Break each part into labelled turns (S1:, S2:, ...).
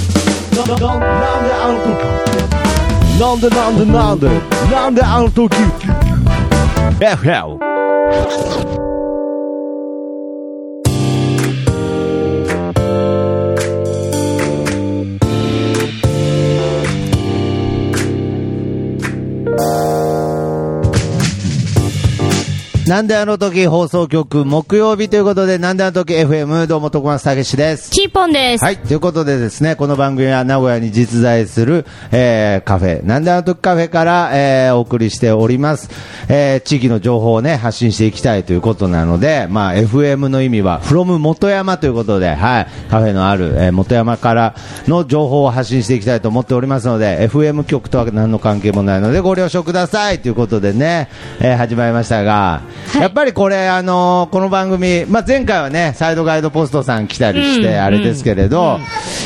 S1: なななんであの時なんでなんでなんでなんであの時 FM
S2: なんであの時放送局木曜日ということで、なんであの時 FM どうも徳松たけしです。
S3: チーポンです。
S2: はい、ということでですね、この番組は名古屋に実在する、えーカフェ、なんであの時カフェから、えーお送りしております。えー地域の情報をね、発信していきたいということなので、まあ、FM の意味は、from 元山ということで、はい、カフェのある、えー元山からの情報を発信していきたいと思っておりますので、FM 局とは何の関係もないので、ご了承くださいということでね、えー始まりましたが、
S3: はい
S2: やっぱりこれ、あのーこの番組、まあ、前回はね、サイドガイドポストさん来たりして、あれですけれど、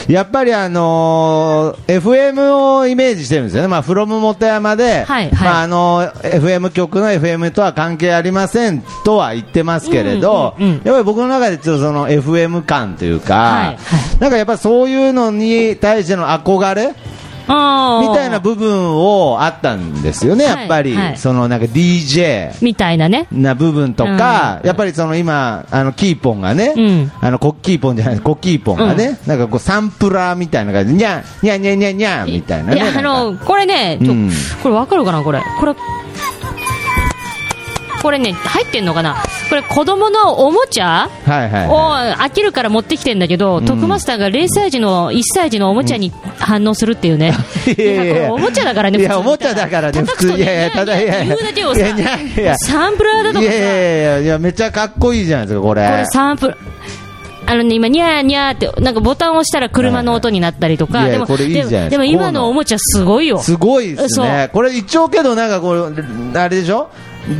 S2: やっぱりあのー FM をイメージしてるんですよね。まあ、from 元山で、
S3: はいはい
S2: まあ、あのー FM 局の FM とは関係ありませんとは言ってますけれど、
S3: うんうんうん
S2: やっぱり僕の中でちょっとその FM 感というか、
S3: はいはい
S2: なんかやっぱそういうのに対しての憧れ
S3: あー
S2: みたいな部分をあったんですよね、
S3: はい
S2: やっぱり。
S3: はい
S2: そのなんか DJ。
S3: みたいなね。
S2: な部分とか、やっぱりその今、あのキーポンがね、
S3: うん
S2: あのコッキーポンじゃない、コッキーポンがね、なんかこうサンプラーみたいな感じで、にゃん、にゃんにゃんにゃんにゃんみたいなね。
S3: や、あ
S2: なん
S3: の、
S2: か
S3: これね、ちょ
S2: うん
S3: これわかるかなこれ。これ、これね、入ってんのかなこれ子供のおもちゃ
S2: はいはい
S3: を
S2: は
S3: 飽きるから持ってきてんだけど、徳マスターが0歳児の1歳児のおもちゃに反応するっていうね。
S2: い。いやいや
S3: いやこれおもちゃだからね、
S2: い
S3: 普
S2: や、
S3: 通
S2: おもちゃだからね、普
S3: 叩く
S2: 通。
S3: と
S2: いやいや、
S3: ね
S2: ただ、いやい
S3: 言
S2: や。
S3: うだけを
S2: いやいやいや
S3: さ、サンプラーだと
S2: い
S3: かさ。
S2: やいやいやいや、めっちゃかっこいいじゃないですか、これ。
S3: これサンプルあのね、今、にゃーにゃーって、なんかボタンを押したら車の音になったりと
S2: はい
S3: か、
S2: はいい
S3: で
S2: や
S3: も、
S2: これいいじゃないですか
S3: でもでも今
S2: こういうの
S3: のおもちゃすごいよ。
S2: すごいです
S3: そう
S2: ね。これ一応けどなんかこう、あれでしょ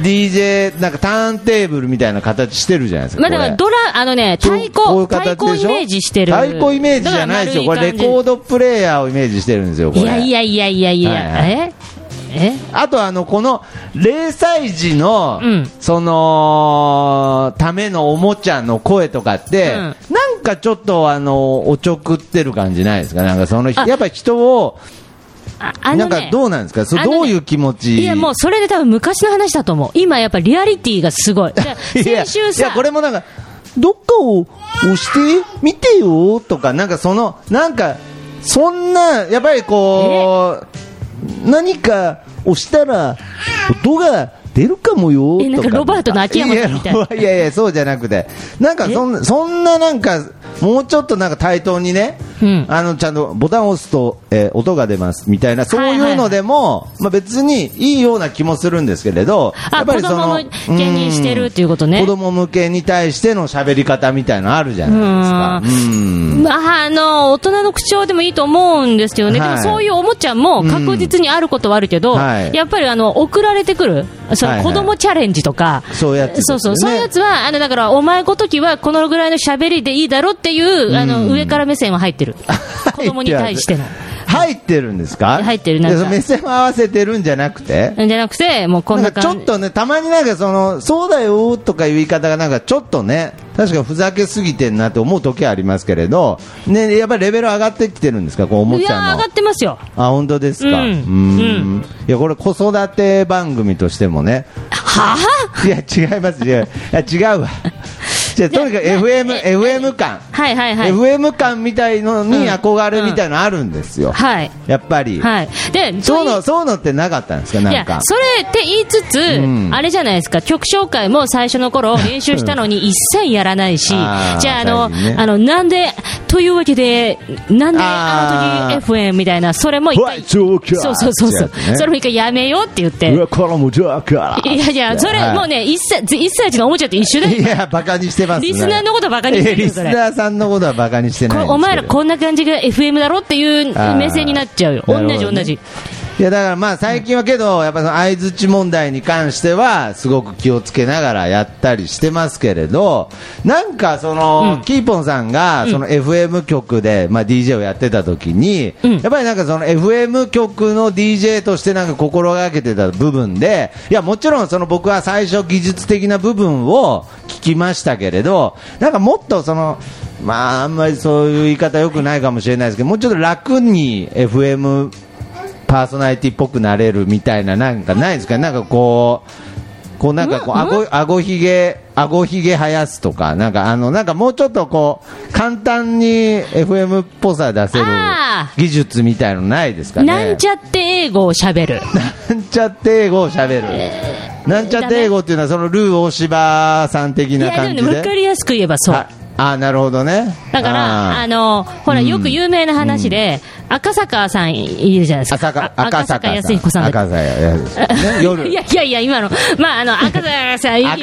S2: ?DJ、なんかターンテーブルみたいな形してるじゃないですか。
S3: まあで
S2: これ
S3: もドラ、あのね、太鼓、
S2: こういう
S3: 太
S2: 形でしょ
S3: 鼓イメージしてる。
S2: 太鼓イメージじゃないですよ。これレコー
S3: ド。
S2: ドプレイヤーをイメージしてるんですよ。これ
S3: いやいやいやいやいや、
S2: はい
S3: ええ
S2: あとあの、この、0歳児の、
S3: うん
S2: その、ためのおもちゃの声とかって、
S3: うん
S2: なんかちょっとあの、おちょくってる感じないですかなんかその、
S3: あ
S2: やっぱり人を、
S3: ああのね、
S2: なんかどうなんですかそれ
S3: あのね
S2: どういう気持ち
S3: いやもうそれで多分昔の話だと思う。今やっぱリアリティが すごい。だから
S2: いや
S3: 先週
S2: いや、
S3: さ、
S2: これもなんか、どっかを押してみてよとか、なんかその、なんか、そんな、やっぱりこう、何か押したら、音が出るかもよ
S3: えな
S2: と
S3: んか
S2: か。
S3: ロバートの秋山さんみたいな
S2: やいやいや、そうじゃなくて。なんかそんな、そんななんか、もうちょっとなんか対等にね、
S3: うん
S2: あの、ちゃんとボタンを押すと、えー音が出ますみたいな、そういうのでも、まあ別にいいような気もするんですけれど、
S3: あ
S2: やっぱりその、
S3: 子供向けにしてるっていうことね
S2: うん子供向けに対しての喋り方みたいなのあるじゃないですか。うん
S3: まあ、あの、大人の口調でもいいと思うんですよね。
S2: はい
S3: でもそういうおもちゃも確実にあることはあるけど、
S2: うんはい
S3: やっぱりあの、送られてくる、そ
S2: はい
S3: の
S2: はい
S3: 子供チャレンジとか、
S2: そういうやつです
S3: そ
S2: よね
S3: うそう、そういうやつは、あの、だから、お前ごときはこのぐらいの喋りでいいだろっていう、あの、上から目線は入って る。子供に対しての。
S2: 入ってるんですか
S3: 入ってるなんか
S2: いや目線を合わせてるんじゃなくて
S3: じゃなくて、もうこん
S2: な
S3: なん
S2: かちょ
S3: 感
S2: っ
S3: じ。
S2: とね、たまになんかその、そうだよとかいう言い方がなんかちょっとね、確かふざけすぎてんなって思う時はありますけれど、ね、やっぱりレベル上がってきてるんですかこうおも
S3: い
S2: ち
S3: や
S2: ゃ
S3: ー、上
S2: の
S3: が。ってますよ。
S2: あ、本当ですか。
S3: うん
S2: ーんいや、これ子育て番組としてもね。
S3: は ぁ
S2: いや、違います、違う。いや、違う わ。じゃあとにかく FM、FM 感。
S3: はいはいはい。
S2: FM 感みたいのに憧れみたいのあるんですよ。
S3: はい。
S2: やっぱり。
S3: はい。で、
S2: そうの、そうのってなかったんですかなん
S3: いや
S2: か。
S3: それって言いつつ、
S2: ん
S3: あれじゃないですか曲紹介も最初の 頃練習したのに一切やらないしじ
S2: あー
S3: ゃああの、
S2: 最初にね
S3: あのなんでというわけでなんで
S2: あ
S3: あ
S2: ー
S3: の時 FM みたいなそれも一回
S2: ホワイトキャッ
S3: そうそうそうそう、
S2: ってやつね
S3: それも一回やめようって言って
S2: 上からもじゃあから
S3: いやいやそれ
S2: はい
S3: もうね一切一歳児のおもちゃって一緒だよ
S2: いや、バカにしてますね。
S3: リスナーのことバカにしてる
S2: いやリ
S3: そ
S2: ス
S3: れ
S2: ナーさんのことはバカにしてないん
S3: こ
S2: ですけど。
S3: お前らこんな感じが FM だろっていう
S2: あー
S3: 目線になっちゃうよ
S2: な
S3: 同
S2: るほどね
S3: じ同じ
S2: いやだからまあ最近はけど、やっぱその相づち問題に関しては、すごく気をつけながらやったりしてますけれど、なんかその、キーポンさんが、その FM 局で、まあ DJ をやってた時に、
S3: ん
S2: やっぱりなんかその FM 局の DJ としてなんか心がけてた部分で、いやもちろんその僕は最初技術的な部分を聞きましたけれど、なんかもっとその、まあ、あんまりそういう言い方よくないかもしれないですけど、もうちょっと楽に FM パーソナリティっぽくなれるみたいな、なんかないですか、なんかこう、こうなんかこう、あご、あごひげ、あごひげ生やすとか、なんかあの、なんかもうちょっとこう、簡単に FM っぽさ出せる
S3: あ
S2: 技術みたいのないですかね。
S3: なんちゃって英語を喋る。
S2: なんちゃって英語をしゃべる、なんちゃって英語っていうのはそのルー大柴さん的
S3: い
S2: な
S3: や、
S2: 感
S3: で
S2: じ
S3: も
S2: で
S3: ね、わかりやすく言えばそう
S2: あ。あなるほどね
S3: だから、あ
S2: あー
S3: の、ほら、
S2: うん
S3: よく有名な話で、赤坂さんいるじゃないです
S2: 赤
S3: か
S2: 坂。
S3: あ
S2: 赤坂
S3: 康彦さんだっけ
S2: 赤坂康彦ね夜
S3: いやいやいや、今の、まあ、あの、赤坂さ
S2: 赤あ
S3: ん、
S2: いや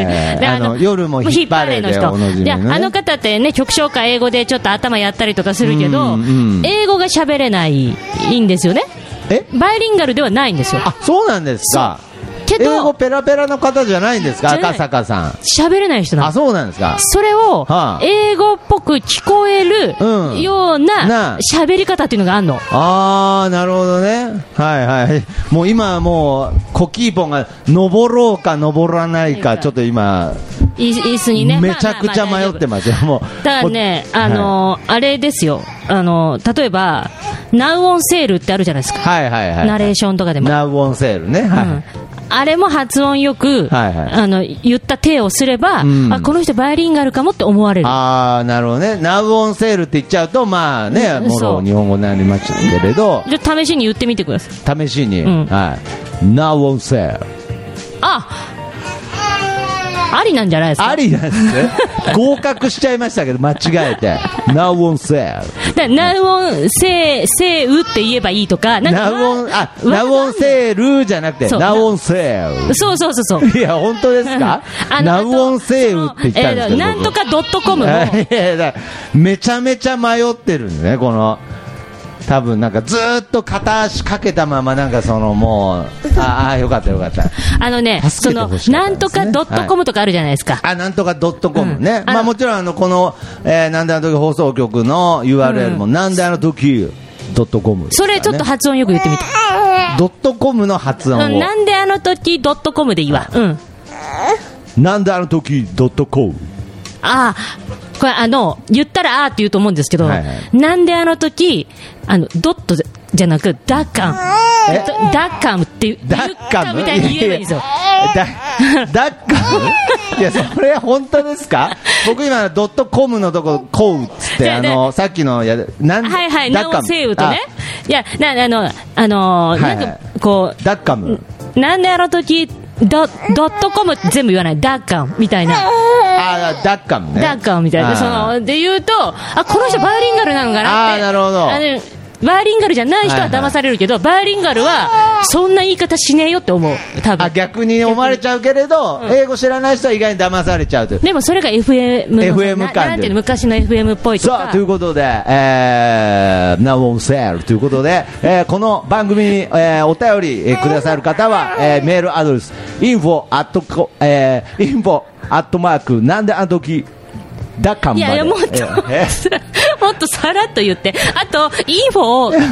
S2: いやいや
S3: で
S2: あの夜も引っ張れでおなじみのね
S3: であの方ってね、曲紹介英語でちょっと頭やったりとかするけど
S2: うんうん、
S3: 英語が喋れない、いいんですよね。
S2: え
S3: バイリンガルではないんですよ。
S2: あそうなんですか
S3: け
S2: 英語
S3: ど、
S2: ペラペラの方じゃないんですか
S3: じゃない
S2: 赤坂さん
S3: 喋れない人なん
S2: あ
S3: です。
S2: そうなんですか
S3: それを
S2: はあ、
S3: 英語っぽく聞こえ
S2: うん
S3: るよう
S2: なあ
S3: な喋り方っていうのがあるの。
S2: あーなるほどねはいはいもう今はもうコキーポンが登ろうか登らないかちょっと今
S3: 椅子椅子にね。
S2: めちゃくちゃ迷って
S3: まあまあまあ大丈夫
S2: ますよもう
S3: だからね、
S2: もう
S3: あのーあれですよ、あのー例えば、ナウオンセールってあるじゃないですか、
S2: はいはいはい
S3: ナレーションとかでも。
S2: ナウオンセールね、はい
S3: うんあれも発音よく、
S2: はいはい
S3: あの言った手をすれば、
S2: うん
S3: あこの人バイリンガルかもって思われる。
S2: ああなるほどねナウオンセールって言っちゃうとまあね
S3: うん
S2: も
S3: そ
S2: ろ
S3: う
S2: 日本語になりましたけれど
S3: じゃあ試しに言ってみてください。
S2: 試しに、
S3: うん
S2: はいナウオンセール
S3: あ、ありなんじゃないですか。
S2: ありなんですね合格しちゃいましたけど間違えてナウオンセール
S3: だナウオンセー、セーウって言えばいいとか、なん
S2: ナ
S3: か
S2: ウオンあ
S3: わ
S2: ナウオンセールじゃなくて
S3: そう
S2: ナウオンセー
S3: そうそうそうそう。
S2: ルいや本当ですか
S3: あの
S2: ナウオンセールって言ったんです
S3: あ
S2: けど
S3: とそのえーなんとかドットコムの、
S2: いやいやだからめちゃめちゃ迷ってるんですね、この。多分なんかずーっと片足かけたままなんかそのもうああよかったよかった
S3: あのね、
S2: 助
S3: そ
S2: けて
S3: の
S2: ほし、かったで
S3: なん
S2: すね
S3: とかドットコムとかあるじゃないですか。
S2: あなんとかドットコムね、
S3: う
S2: ま
S3: んあ
S2: あ
S3: の
S2: もちろんあのこの、えー、なんであの時放送局の URL も、なんであの時ドットコム
S3: それちょっと発音よく言ってみて。
S2: ドットコムの発
S3: う
S2: 音
S3: ん
S2: を、
S3: なんであの時ドットコムでいいわ。うん。
S2: なんであの時ドットコム
S3: ああ、これあの、言ったらあーって言うと思うんですけど、
S2: はいはい
S3: なんであの時、あの、ドットじゃじゃなく、ダッカン。
S2: え
S3: ダッカンって言う
S2: ダッカム
S3: 言ったみたいに言えばいいんですよ。
S2: やいやダダ ッカムいや、それ本当ですか僕今、ドットコムのとこ、コウっつっ
S3: い
S2: て、
S3: や
S2: あ
S3: いや
S2: の、さっきの、や、なん
S3: はいはい、
S2: ダ
S3: ナ
S2: ッカ
S3: オ
S2: ム
S3: セウとね。いや、な、あの、あのー、
S2: はいはい
S3: なんか、こ
S2: あダッカム。
S3: う、なんであの時、ドドットコムって全部言わない。ダッカンみたいな。
S2: あーダッカムね。
S3: ダッカーみたい
S2: あ
S3: な、
S2: ー
S3: その、で言うと、あ、この人バイリンガルなのかなって。
S2: あーなるほど
S3: あのバイリンガルじゃない人は騙されるけど、バイリンガルは、そんな言い方しねえよって思う。多
S2: あ、
S3: 分。
S2: 逆に思われちゃうけれど、英語知らない人は意外に騙されちゃうという。
S3: でもそれが FM の、
S2: FM
S3: な
S2: 感で
S3: なんていうの、昔の FM っぽいと
S2: さ
S3: か
S2: あ、とい。うことで、えー、Now on Sale ということで、えーこの番組に、えーお便り、えーくださる方は、えーメールアドレス、info アットコ、えー、info アットマーク、なんであの時、だかん
S3: い
S2: まで。
S3: やいや、もっと、
S2: えーえー
S3: もっとさらっと言って。あと、インフォ を、イン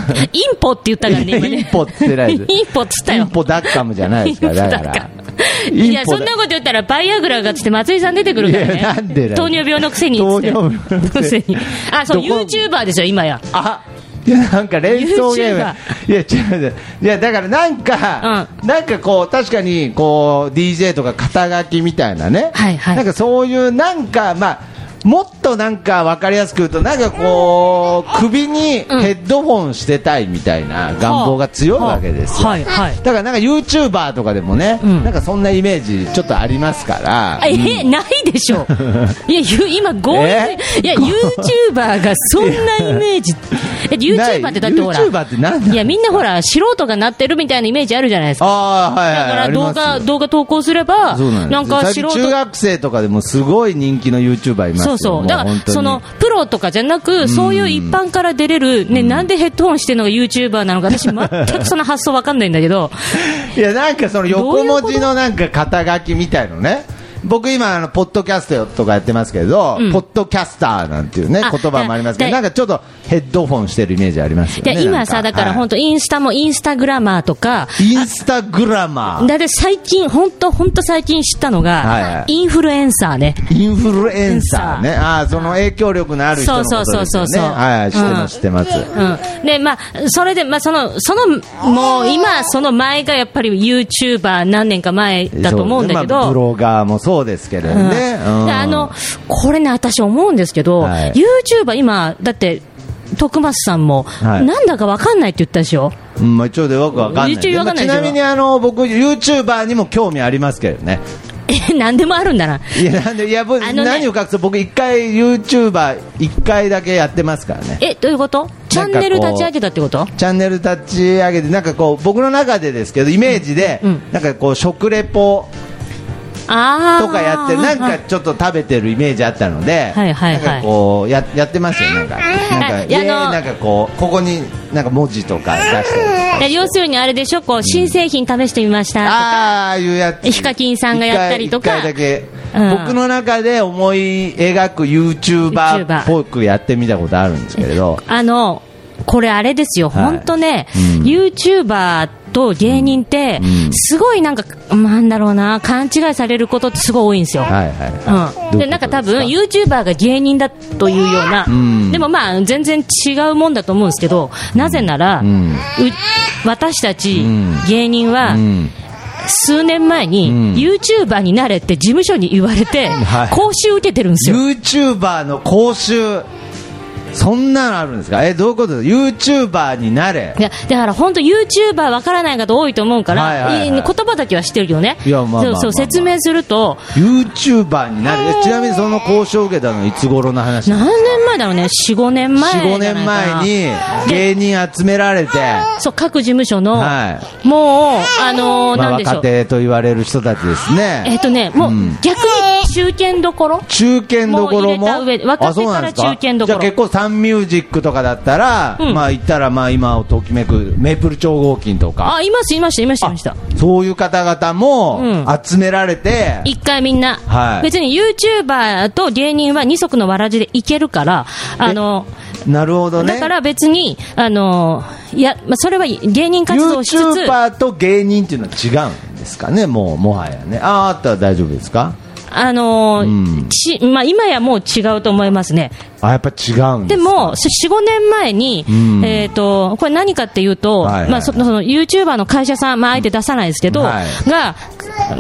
S3: ポって言ったからね、今ね。
S2: インポって言ってないです
S3: インポって言った
S2: イ
S3: よ。
S2: ンポダッカムじゃないですか、だ
S3: インポ
S2: か
S3: ダッカ
S2: ら
S3: ム。
S2: インポ
S3: いや、そんなこと言ったら、バイアグラがつって松井さん出てくるから
S2: いやなん
S3: ね。
S2: でなん
S3: 糖尿病のくせにっつって。
S2: 糖尿病のくせに
S3: あ、そ
S2: ど
S3: う、
S2: こ
S3: YouTuber ですよ、今や。
S2: あいやなんか連想ゲーム、いや、違う違う、いやだからなんか、なんかこう、確かにこう DJ とか肩書きみたいなね、
S3: はいはい
S2: なんかそういう、なんか、まあ、もっとなんか分かりやすく言うと、なんかこう、首にヘッドホンしてたいみたいな願望が強いわけですよ。
S3: はい、はい。
S2: だからなんか YouTuber とかでもね、
S3: うん
S2: なんかそんなイメージちょっとありますから、
S3: あえ、ないでしょ。いや、ゆ今、強引
S2: え
S3: いや、YouTuber がそんなイメージ。え、
S2: ない
S3: YouTuber ってだってほら。
S2: YouTuber ってなんだ
S3: いや、みんなほら、素人がなってるみたいなイメージあるじゃないですか。
S2: ああ、はい
S3: だ
S2: はい、
S3: か
S2: あ
S3: ら
S2: り
S3: 動
S2: ます
S3: 画、動画投稿すれば、
S2: そうなんです
S3: なんか素
S2: 最近中
S3: 人
S2: 学生とかでもすごい人気の YouTuber いますよ
S3: そうそ
S2: も
S3: う。だか
S2: 本
S3: ら、
S2: 当に
S3: その、プロとかじゃなく、そういう一般から出れる、ね、なんでヘッドホンしてるのが YouTuber なのか、私全くその発 想わかんないんだけど、
S2: いやなんかその
S3: どういうこと
S2: 横文字のなんか肩書きみたいのね僕今あの、ポッドキャストとかやってますけど、
S3: うん
S2: ポッドキャスターなんていうね、
S3: あ
S2: 言葉もありますけど、
S3: だ
S2: なんかちょっとヘッドフォンしてるイメージありますよ
S3: いや
S2: ね。
S3: 今さ、
S2: な
S3: だ
S2: ん
S3: から
S2: はい
S3: 本当、インスタもインスタグラマーとか、
S2: インスタグラマー、
S3: だって最近、本当、本当最近知ったのが、
S2: はいはい
S3: インフルエンサーね。
S2: インフルエンサーね、ああ、その影響力のある人のことですよね。
S3: そうそうそうそうそう
S2: はい、知って
S3: うん
S2: ます、知ってます。
S3: うん。で、まあ、それで、まあ、その、その、もう今、その前がやっぱり YouTuber 何年か前だと思うんだけ
S2: そねまあブ
S3: ど、
S2: ロガーもそうですけど
S3: うん
S2: ね。うん
S3: であの、これね、私思うんですけど、
S2: はい
S3: YouTuber 今、だって、徳松さんも、
S2: はい
S3: なんだかわかんないって言ったでしょ
S2: うんまあ、一応でよくわかんない。
S3: 一応わかんない
S2: まあちなみに、あの、僕、ユーチューバーにも興味ありますけどね。
S3: え、なんでもあるんだな。
S2: いや、なんで、いや、僕、
S3: あのね
S2: 何を隠そう、僕、一回ユーチューバー一回だけやってますからね。
S3: え、どういうことチャンネル立ち上げたってこと
S2: チャンネル立ち上げて、なんかこう、僕の中でですけど、イメージで、
S3: うん
S2: なんかこう、食レポ
S3: ああ。
S2: とかやってる、なんかちょっと食べてるイメージあったので、
S3: はいはいはい
S2: なんかこうややってますよ、なんか、なんか、
S3: いやあの
S2: いやなんかこう、ここになんか文字とか出したりとか。
S3: で要するにあれでしょ、こう、新製品試してみましたとか。
S2: ああいうやつ
S3: ヒカキンさんがやったりとか
S2: 一回一回だけ、
S3: うん
S2: 僕の中で思い描く YouTuber っぽくやってみたことあるんですけれど
S3: あの、これあれですよ、
S2: はい
S3: 本当ね、
S2: うん
S3: YouTuber と芸人って
S2: うん、
S3: すごいなんか、なんだろうな、勘違いされることってすごい多いんですよ。
S2: はいはいはい、
S3: うん、
S2: どういうこと
S3: でなんか多分、
S2: です
S3: ユーチューバーが芸人だというような、
S2: ん
S3: でもまあ全然違うもんだと思うんですけど、なぜなら、
S2: ん
S3: う私たち
S2: ん
S3: 芸人は、
S2: うん
S3: 数年前に、
S2: ん
S3: ユーチューバーになれって事務所に言われて、
S2: はい
S3: 講習受けてるんですよ。
S2: YouTuber の講習そんなのあるんですかえどういうことです YouTuber になれ
S3: いやだから本当、ユーチューバーわからない方多いと思うから、
S2: はいはいはい
S3: い言葉だけは知ってるよね、
S2: いやまあまあまあまあ
S3: そうそう説明すると、
S2: YouTuber になれえちなみにその講習を受けたのはいつ頃の話
S3: 何年前だろうね、4、5年前
S2: 45
S3: じ
S2: 年
S3: ゃないかな
S2: 前に芸人集められて
S3: そう各事務所の、
S2: は
S3: もう、あのー
S2: まあ、
S3: なんでしょ
S2: 若
S3: う、
S2: 手と言われる人たちですね
S3: えっ、とね、もう、逆に中堅どころ、
S2: 中堅どころも
S3: もう入れた上で若手
S2: あそうなんです
S3: から中堅どころ
S2: じゃあ結構サンミュージックとかだったら、
S3: うん
S2: まあ言ったらまあ今をときめくメープル超合金とか
S3: あ、います、いました、いました、いました。
S2: そういう方々も
S3: う
S2: 集められて、
S3: 一回みんな、
S2: はい
S3: 別に YouTuber と芸人は二足のわらじでいけるから、あの、
S2: なるほどね
S3: だから別に、あの、いや、まあ、それは芸人活動をしつつ、
S2: YouTuber と芸人っていうのは違うんですかねもうもはやねあああったら大丈夫ですか
S3: あのー
S2: うん
S3: ちまあ、今やもう違うと思いますね、
S2: あやっぱ違うんで
S3: ですも、4、5年前に、
S2: ん
S3: えー、とこれ、何かっていうと、
S2: はいはい
S3: まあ、そのそのユーチューバーの会社さん、まあ、あえて出さないですけ
S2: う
S3: ど、
S2: んはい
S3: が、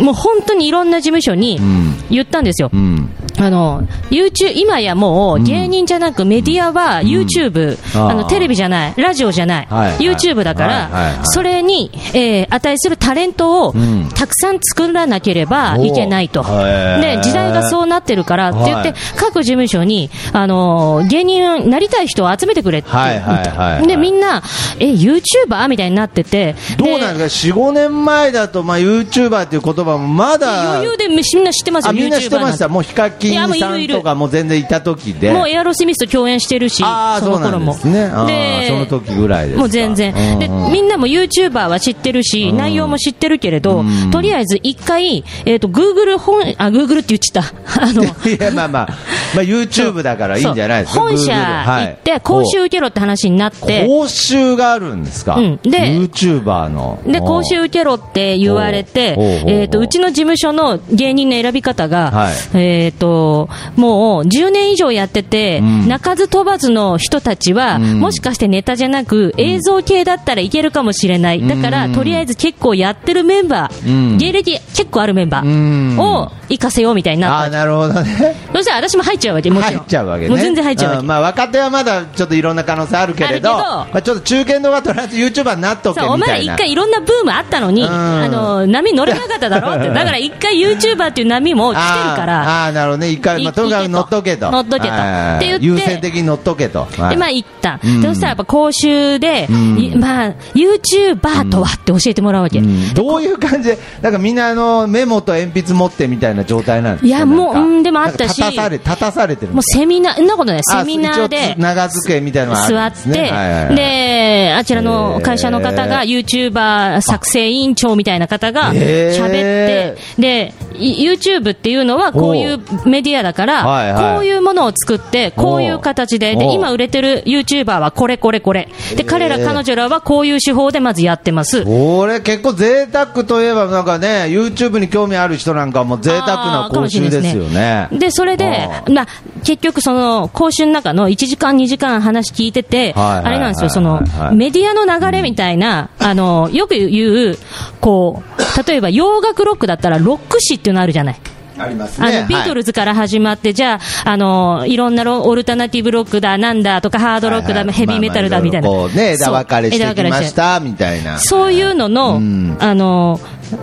S3: もう本当にいろんな事務所に
S2: ん
S3: 言ったんですよ。
S2: うん
S3: あの、YouTube、今やもう芸人じゃなくメディアは YouTube、
S2: あー
S3: あの、テレビじゃない、ラジオじゃない、
S2: はいはい
S3: YouTube だか
S2: はいはいは
S3: ら、
S2: い
S3: それに、えー値するタレントを
S2: ん
S3: たくさん作らなければいけないと。
S2: おーへ
S3: で
S2: ー、
S3: 時代がそうなってるからって言っ
S2: は
S3: て
S2: い、
S3: 各事務所に、あのー、芸人になりたい人を集めてくれって言
S2: はいはい
S3: っ
S2: はいは
S3: た。
S2: い
S3: で、みんな、え、YouTuber? みたいになってて。
S2: どうなんですか45年前だと、まあ、YouTuber っていう言葉もまだ
S3: 余裕でみんな知ってますよ、
S2: あみんな知ってまし
S3: YouTuber
S2: た、もうヒカキ
S3: いや
S2: ン
S3: もうい
S2: さ
S3: る
S2: ん
S3: いる
S2: とかも全然いた時で、
S3: なんてもうエアロスミスと共演してるし、
S2: ああ
S3: そ
S2: そう
S3: の
S2: な
S3: 頃
S2: んで
S3: も。
S2: すね、あー
S3: で
S2: その時ぐらいですか
S3: もう全然、で
S2: うんうん
S3: みんなも YouTuber は知ってるし、内容も知ってるけれど、とりあえず一回、えっと Google 本あ Google って言っちゃった、 あの
S2: いやまあまあ、まあ、YouTube だからいいんじゃないですか、
S3: そう本
S2: Google
S3: 社
S2: はい
S3: 行って、講習受けろって話になって、
S2: 講習があるんですか、
S3: うんで
S2: YouTuber の。
S3: で、講習受けろって言われて、
S2: おうおうおう
S3: えっ、と、うちの事務所の芸人の選び方が、
S2: はい
S3: えっ、と、もう10年以上やってて、
S2: ん
S3: 鳴かず飛ばずの人たちは、
S2: ん
S3: もしかしてネタじゃなく、映像系だったらいけるかもしれない。だから、とりあえず結構やってるメンバー、
S2: うん
S3: 芸歴結構あるメンバ
S2: うん
S3: ーを活かせようみたいに
S2: あ
S3: な
S2: あ
S3: った。
S2: なるほどね
S3: そしたら私も入っちゃうわけ、もち
S2: 入
S3: ろん。
S2: っちゃうわけね
S3: もう全然入っちゃうわけ。
S2: んまあ、若手はまだちょっといろんな可能性あるけれど
S3: あるけど
S2: まあ、ちょっと中堅度がとりあえず YouTuber になっとけ
S3: そうお
S2: みた
S3: 前
S2: い
S3: 一
S2: な
S3: 回いろんなブームあったのに、
S2: うん
S3: あの波乗れなかっただろって、だから一回 YouTuber っていう波も来てるから、
S2: あーあー、なるほどね。一回、まあ、
S3: い
S2: とにかく乗っとけと。
S3: 乗っとけと
S2: はい
S3: って言って
S2: 優先的に乗っとけと。はい
S3: でまあ行った、
S2: うん
S3: そしたらやっぱ講習で、
S2: ん
S3: いまあ、YouTuber とはって教えてもらうわけ、
S2: うんどういう感じで、なんかみんなあの、メモと鉛筆持ってみたいな状態なんですか
S3: いやもう
S2: なか
S3: うんでもあったし
S2: なんか立たされ、立たされてる
S3: もうセミナー、そんなことない、セミナー
S2: あ一
S3: で
S2: 応。長机みたいなのがある
S3: 座
S2: ん
S3: っ
S2: です
S3: て、
S2: ねはいはいはい
S3: で、あちらの会社の方が、
S2: へ
S3: YouTuber 作成委員長みたいな方が
S2: へー
S3: 喋って、で、い YouTube っていうのはこういうメディアだから、
S2: はいはい
S3: こういうものを作ってこういう形で
S2: おう
S3: で今売れてる YouTuber はこれこれこれで彼ら彼女らはこういう手法でまずやってます
S2: これ結構贅沢といえばなんかね YouTube に興味ある人なんかも贅沢な講習ですよね
S3: で、それで
S2: あ、
S3: まあ、結局その、講習の中の1時間2時間話聞いて
S2: はいは
S3: て、
S2: いはいはい
S3: あれなんですよ、その
S2: はいは、い
S3: メディアの流れみたいな、あの、よく言う、こう、例えば洋楽ロックだったらロック誌っていうのあるじゃない。
S2: あります
S3: あの、ビートルズから始まって、じゃあ、あの、いろんなロオルタナティブロックだ、なんだとか、ハードロックだ、
S2: はいはい
S3: ヘビーメタルだ、みたいな。
S2: まあまあろろこうね、枝分かれし
S3: そう
S2: て
S3: 枝
S2: き
S3: 分か
S2: ま
S3: れ
S2: したみたいな。
S3: そういうのの、
S2: うん
S3: あの、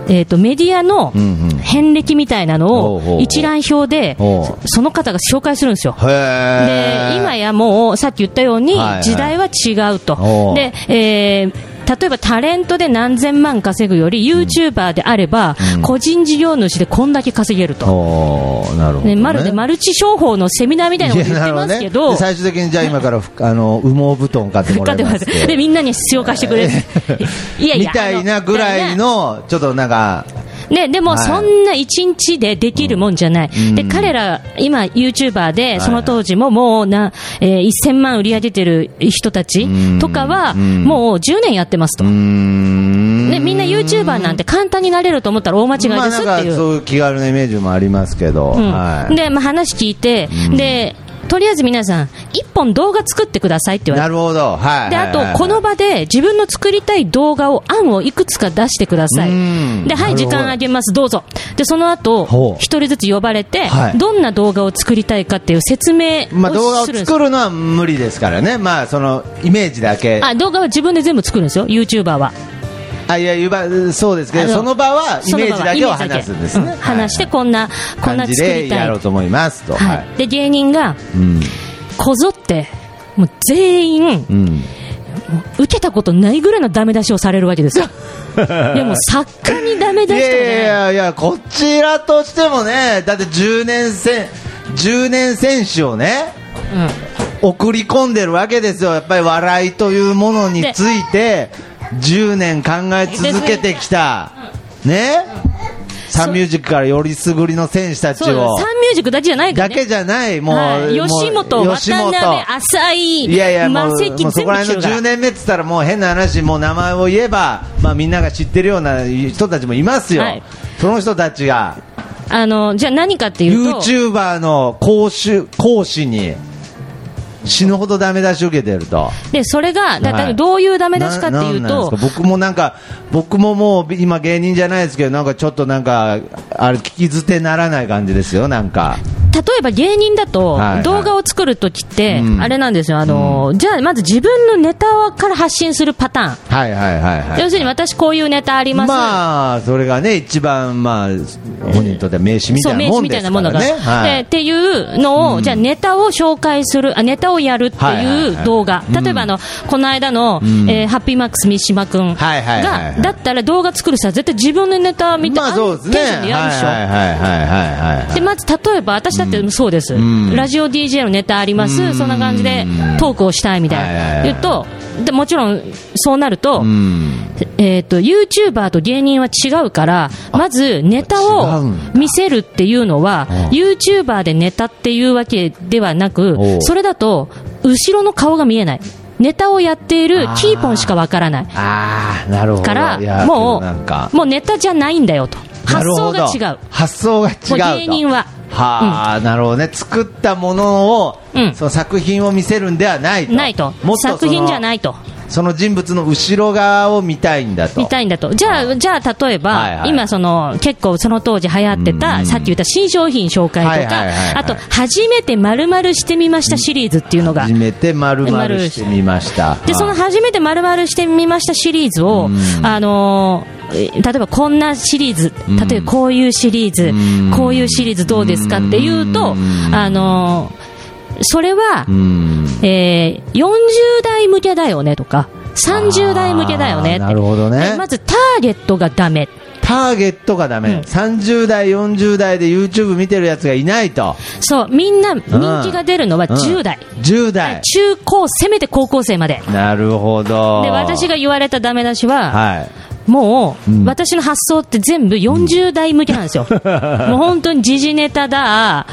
S3: えっ、と、メディアの
S2: んうん
S3: 遍歴みたいなの
S2: ほうほうほ
S3: を
S2: う
S3: 一覧表で、
S2: ほう
S3: そその方が紹介するんですよ。
S2: へ
S3: で、今
S2: や
S3: やもう、さっき言ったように
S2: はいは、い
S3: 時代は違うと。
S2: ほう
S3: で、えー例えばタレントで何千万稼ぐより、ユーチューバーであれば、個人事業主でこんだけ稼げると。
S2: おーなるほど、ね。
S3: ね、まるでマルチ商法のセミナーみたいなこと言ってますけ
S2: いやなるほ
S3: ど、
S2: ね、で最終的にじゃあ今からふ あの羽毛布団買ってもらい
S3: 買っても
S2: ま
S3: らっ
S2: す
S3: てで、みんなに紹介し てくれる。いやい
S2: み
S3: や。
S2: たいなぐらいのちょっとなんか
S3: ね、で
S2: は
S3: も
S2: い
S3: そんな一日でできるもんじゃない、
S2: ん
S3: で
S2: うん
S3: 彼ら、今、ユーチューバー
S2: い
S3: で、その当時ももうな、えー1000万売り上げてる人た
S2: ん
S3: ちとかは、
S2: ん
S3: もう10年やってますと、
S2: うー
S3: ね、
S2: ん
S3: みんなユーチューバーなんて簡単になれると思ったら大間違いです
S2: まあ
S3: って
S2: なん
S3: い
S2: か
S3: う。
S2: そういう気軽なイメージもありますけど、
S3: うん
S2: はい、
S3: で、まあ、話聞いて、でとりあえず皆さん、1本動画作ってくださいって言われて
S2: なるほど、はい、
S3: で、
S2: はい
S3: あ
S2: はい
S3: と、この場で自分の作りたい動画を、案をいくつか出してください
S2: うん。
S3: で、はい、
S2: なる
S3: 時
S2: ほど
S3: 間あげます、どうぞ。で、その後
S2: ほ、う
S3: 一人ずつ呼ばれて
S2: は、い
S3: どんな動画を作りたいかっていう説明
S2: まあ、動画
S3: を
S2: を
S3: するんですよ
S2: 作るのは無理ですからね、まあ、そのイメージだけ、
S3: あ、動画は自分で全部作るんですよ、YouTuber は。
S2: あいやゆばそうですけ
S3: あ
S2: ど、
S3: の
S2: その場はイ
S3: その
S2: メー
S3: 場
S2: ジ
S3: は
S2: だけを
S3: イメ
S2: 話
S3: ージだけ
S2: すんですね、
S3: うん話して、こんな、こんな
S2: 感じ
S3: 作り
S2: で
S3: た
S2: や
S3: い
S2: ろう。と思いますと、は
S3: はいい。で、芸人が、
S2: うん
S3: こぞって、もう全員、
S2: うん、
S3: 受けたことないぐらいのダメ出しをされるわけです よ。いや、もう作家にダメ
S2: い
S3: 出しとかじゃな
S2: や
S3: い
S2: いやいや、こちらとしてもね、だって10年戦、10年選手をね、
S3: うん
S2: 送り込んでるわけですよ、やっぱり笑いというものについて、10年考え続けてきた、ね、サンミュージックからよりすぐりの選手たち
S3: そうだ
S2: を
S3: サ。ンミュージックだけじゃないから
S2: だ
S3: ね。
S2: けじゃない、もう、
S3: はい
S2: もう
S3: 吉本、渡
S2: 吉本
S3: 辺、浅井、
S2: いやいや、もう
S3: マセキ
S2: もうそ
S3: 全
S2: こ
S3: 部
S2: ら辺
S3: 違う
S2: の
S3: か
S2: 10
S3: ら。
S2: 年目って言ったら、もう変な話、もう名前を言えば、まあ、みんなが知ってるような人たちもいますよ、
S3: はい
S2: その人たちが、
S3: あの、じゃあ何かっていうと、
S2: YouTuber の講習講師に死ぬほどダメ出し受けてると。
S3: で、それが、だ
S2: はい
S3: だどういうダメ出しかっていう
S2: ななんなん
S3: と
S2: で、すか僕もなんか、僕ももう今芸人じゃないですけど、なんかちょっとなんか、あれ、聞き捨てならない感じですよ、なんか。
S3: 例えば芸人だと
S2: はいはい、
S3: 動画を作るときって
S2: う、ん
S3: あれなんですよ、あの、じゃあまず自分のネタから発信するパターン。
S2: はいはいはいはい。
S3: 要するに私こういうネタあります。
S2: まあ、それがね、一番、まあ、本人にとっては名刺み
S3: そ
S2: た
S3: う、
S2: いなも
S3: 名刺
S2: ん
S3: み
S2: で
S3: たい
S2: す
S3: な
S2: か
S3: もの
S2: ら
S3: が。
S2: ね。は
S3: で
S2: い
S3: っ。ていうのを、じゃあネタを紹介する、あ、ネタをやるって
S2: はいはい
S3: い
S2: は
S3: う
S2: い
S3: 動画。例えばあの、この間の、えーハッピーマックス三島くんが、
S2: はいはいはいはい
S3: だったら動画作るさ、絶対自分のネタ見て、
S2: まあそうですね。
S3: テンションでやるでしょ。
S2: はいはいはいはいはいはい。
S3: でまず例えば、私だってそうです、
S2: ん
S3: ラジオ DJ のネタあります、そんな感じでトークをしたいみたい
S2: はいはい
S3: な、
S2: はい
S3: 言うとで、もちろんそうなると、
S2: うん。
S3: えー、と YouTuber と芸人は違うからまずネタ
S2: 違う
S3: を
S2: んだ
S3: 見せるっていうのは
S2: ああ
S3: YouTuber でネタっていうわけではな
S2: お
S3: く
S2: う
S3: それだと後ろの顔が見えないネタをやっている
S2: ああ
S3: キーポンしかわからない
S2: ああ、なるほど。
S3: から
S2: いや
S3: も
S2: でなんか
S3: うもうネタじゃないんだよと
S2: な
S3: 発
S2: る
S3: 想
S2: ほど
S3: が違う。
S2: 発想が違うと。
S3: もう芸人は
S2: はあ、なるほどね。作ったものを、
S3: うん
S2: その作品を見せるんではないと。
S3: ないと
S2: もっとその
S3: 作品じゃないと。
S2: その人物の後ろ側を見たいんだと。
S3: 見たいんだと。じゃあ、じゃあ、例えば、
S2: はいはい
S3: 今その、結構その当時流行ってた、さっき言った新商品紹介とか、
S2: はいはいはいはい
S3: あと、初めて〇〇してみましたシリーズっていうのが
S2: 初。めて丸々してみました。
S3: で、その
S2: はい
S3: 初めて〇〇してみましたシリーズを、あのーえ例えばこんなシリーズ、例えばこういうシリーズ、こういうシリーズどうですかっていうと、あのーそれは、
S2: うん。
S3: えー40代向けだよねとか、30代向けだよねって
S2: あーなるほどね
S3: でまずターゲットがダメ。
S2: ターゲットがダメ、
S3: うん
S2: 30代、40代で YouTube 見てるやつがいないと、
S3: そう、みんな人気が出るのは
S2: うん
S3: 10代。
S2: 10代、
S3: 中高、せめて高校生まで。
S2: なるほど、
S3: で、私が言われたダメ出しは、
S2: はい、
S3: もう、私の発想って全部40代向けなんで すよ。もう本当に時事ネタだ、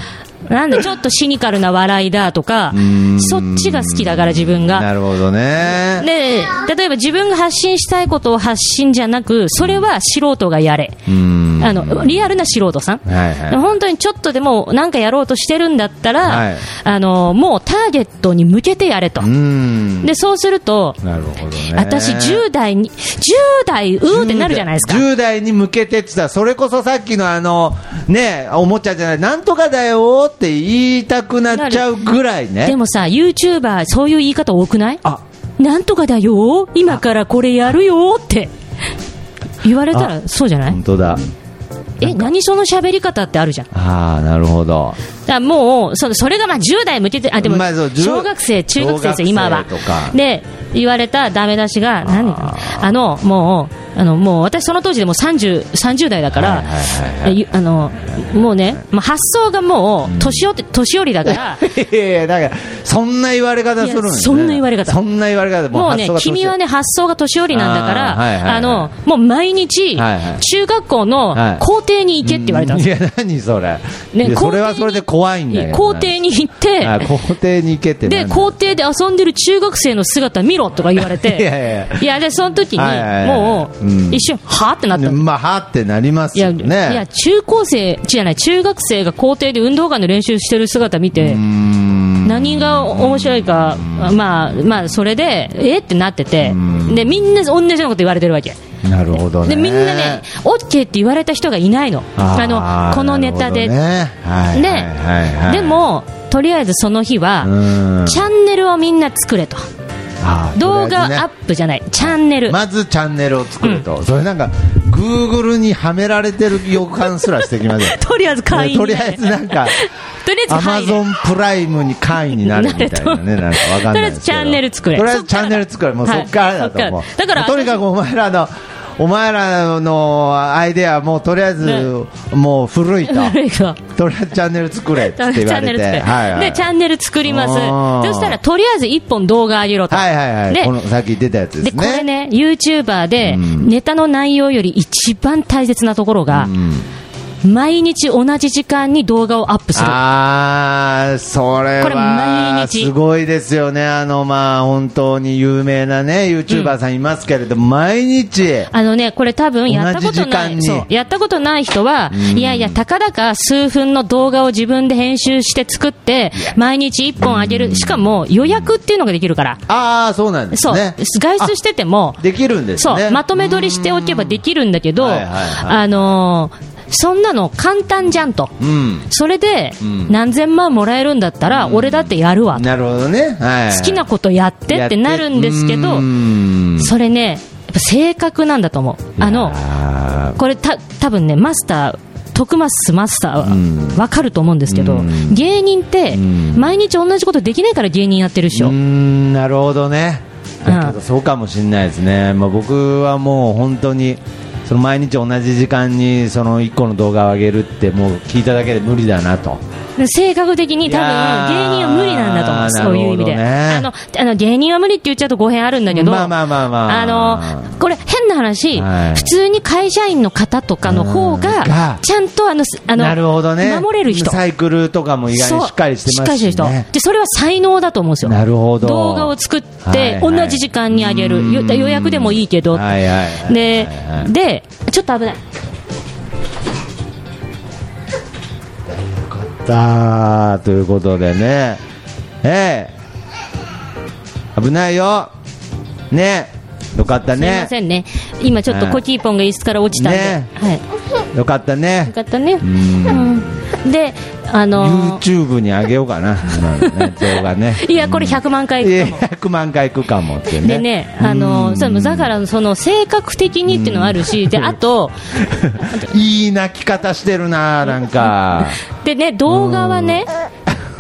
S3: なんだ、ちょっとシニカルな笑いだとか、そっちが好きだから自分
S2: な
S3: が。
S2: るほどね。
S3: で、例えば自分が発信したいことを発信じゃなく、それは素人がやれ。
S2: うん。
S3: あの、リアルな素人さん。
S2: はいはい。
S3: 本当にちょっとでもなんかやろうとしてるんだったら、
S2: はい
S3: あのもうターゲットに向けてやれと、
S2: うん。
S3: でそうすると、
S2: なるほどね。
S3: 私、10代に、10代、うーってなるじゃないですか。
S2: 10代に向けてって言ったら、それこそさっきのあの、ね、おもちゃじゃない、なんとかだよって言いたくなっちゃうぐらいね。
S3: でもさ、YouTuber、そういう言い方多くない
S2: あ
S3: なんとかだよー、今からこれやるよーって言われたらそうじゃない
S2: 本当だ。
S3: え、何その喋り方ってあるじゃん。だか
S2: ああ、なるほど。
S3: らもう、そのそれがまあ10代向けて、あ、でも、
S2: まあそう10
S3: 小学生、中学生ですよ、今は
S2: 小学生とか。
S3: で、言われたダメ出しが、何かなあの、もう、あの、もう私その当時でもう30、30代だか
S2: は
S3: ら、
S2: いはいはいはい。
S3: えゆあのもうね、まあ、発想がもう年寄って年寄りだから、
S2: いやいやだから、そんな言われ方するんです、ね、
S3: いやそんな言われ方
S2: そんな言われ方。
S3: もうね
S2: 発想が、
S3: 君はね、発想が年寄りなんだから、
S2: あーはいはいはい
S3: あのもう毎日、
S2: はいはい
S3: 中学校
S2: はい
S3: の校庭に行けって言われたんですよ。
S2: いや、何それ。
S3: ね
S2: いやそれは
S3: 校庭に
S2: それで怖いんだよ。
S3: 校庭に行って、
S2: あ校庭に行けってなん
S3: で、
S2: だ
S3: 校庭で遊んでる中学生の姿見ろとか言われ
S2: いやい
S3: て、
S2: やいや
S3: いや、で、その時に、
S2: はいはいはい
S3: もう
S2: うん、
S3: 一瞬、はぁってなったの
S2: まあ、はってなります
S3: いや、
S2: よね。
S3: いや、中高生、じゃない、中学生が校庭で運動会の練習してる姿見て、何が面白いか、まあ、まあ、それで、えってなってて、で、みんな同じようなこと言われてるわけ。
S2: なるほどね。
S3: で、みんなね、OK って言われた人がいないの。
S2: ー
S3: あの、このネタで。
S2: なるほどねはい
S3: で
S2: はいはいはい
S3: でも、とりあえずその日は、
S2: うん
S3: チャンネルをみんな作れと。
S2: あー
S3: 動画
S2: とりあえず
S3: アッ
S2: ね
S3: プじゃない、チャンネル。
S2: まずチャンネルを作ると、それなんか、グーグルにはめられてる予感すらしてきます よ
S3: とりあえず会員
S2: と
S3: に
S2: り
S3: な
S2: あ
S3: れ
S2: えずなん か、
S3: とりあえず
S2: アマ
S3: 入れ
S2: ゾンプライムに会員になるみたいなね、なんかわかんないですけど
S3: とりあえずチャンネル作れ
S2: とりあえずチャンネル作れ、もうそ
S3: はい
S2: っからだと思う
S3: そっ。から
S2: も
S3: だから
S2: うとにかくお前らの、お前らのアイデアはもうとりあえず、もう古いと。
S3: 古いか
S2: とりあえずチャンネル作れって
S3: チャ
S2: 言われ
S3: ンネル
S2: て。
S3: 作る、
S2: はいはい
S3: でチャンネル作ります
S2: あー
S3: そしたらとりあえず1本動画上げろと、
S2: はいはいはい。
S3: で
S2: このさっき出たやつで
S3: ですこ
S2: ね。
S3: れね YouTuber でネタの内容より一番大切なところが、毎日同じ時間に動画をアップする
S2: あー、それ
S3: これ
S2: は
S3: 毎、日
S2: すごいですよね。あの、まあ、本当に有名なね、YouTuber さんいますけれども、毎日。
S3: あのね、これ多分やったことな
S2: 同じ時間に
S3: い、そう、やったことない人は、いやいや、たかだか数分の動画を自分で編集して作って、毎日1本上げる。しかも予約っていうのができるから。
S2: あー、そうなんです
S3: そう、
S2: ね。
S3: 外出してても、
S2: できるんです
S3: そう、
S2: ね。
S3: まとめ撮りしておけばできるんだけど、
S2: うんはいはいはい
S3: あのーそんなの簡単じゃんと。
S2: うん。
S3: それで、何千万もらえるんだったら、俺だってやるわ。
S2: なるほどね。はい。
S3: 好きなことやってってなるんですけ
S2: やって
S3: ど
S2: う、ん
S3: それね、やっぱ性格なんだと思う。あの、
S2: あ
S3: これた多分ねマスター徳マスマスターはわかると思うんですけど、
S2: うん
S3: 芸人って毎日同じことできないから芸人やってるでし
S2: ーう
S3: ょ、
S2: ーん、なるほどね。
S3: うん
S2: だけどそうかもしれないですね。まあ、僕はもう本当に、その毎日同じ時間にその1個の動画を上げるってもう聞いただけで無理だなと。
S3: 性格的に多分
S2: いやー
S3: 芸人は無理なんだと思うそういう意味で、
S2: な
S3: あ
S2: るほど
S3: のあの芸人は無理って言っちゃうと語弊あるんだけど、
S2: まあまあまあまあ
S3: のこれ変な話、
S2: はい
S3: 普通に会社員の方とかの方
S2: うんが
S3: がちゃんとあのすあの
S2: なるほどね。
S3: 守れる人
S2: サイクルとかも意外にしっかりしてますし、ね。
S3: そうしっかりしてる人でそれは才能だと思うんですよ
S2: なるほど
S3: 動画を作っ
S2: はいはい
S3: て同じ時間にあげる、よ予約でもいいけど、
S2: はいはいはい
S3: で
S2: はいはい
S3: でちょっと危ない
S2: さあということでねええ危ないよねよかった
S3: すいま
S2: ね
S3: せんね今ちょっとコキーポンが椅子から落ちたんで、
S2: ね
S3: はい、よ
S2: よかったね
S3: かったねうんであのー
S2: YouTube にあげようかな今のね動画ね
S3: いやこれ100万回
S2: い
S3: い
S2: や
S3: くかも
S2: 100万回いくかもってね
S3: でね、あのーそうだからその性格的にっていうのはあるし、であと、
S2: いい泣き方してるななん か
S3: でね、動画はね、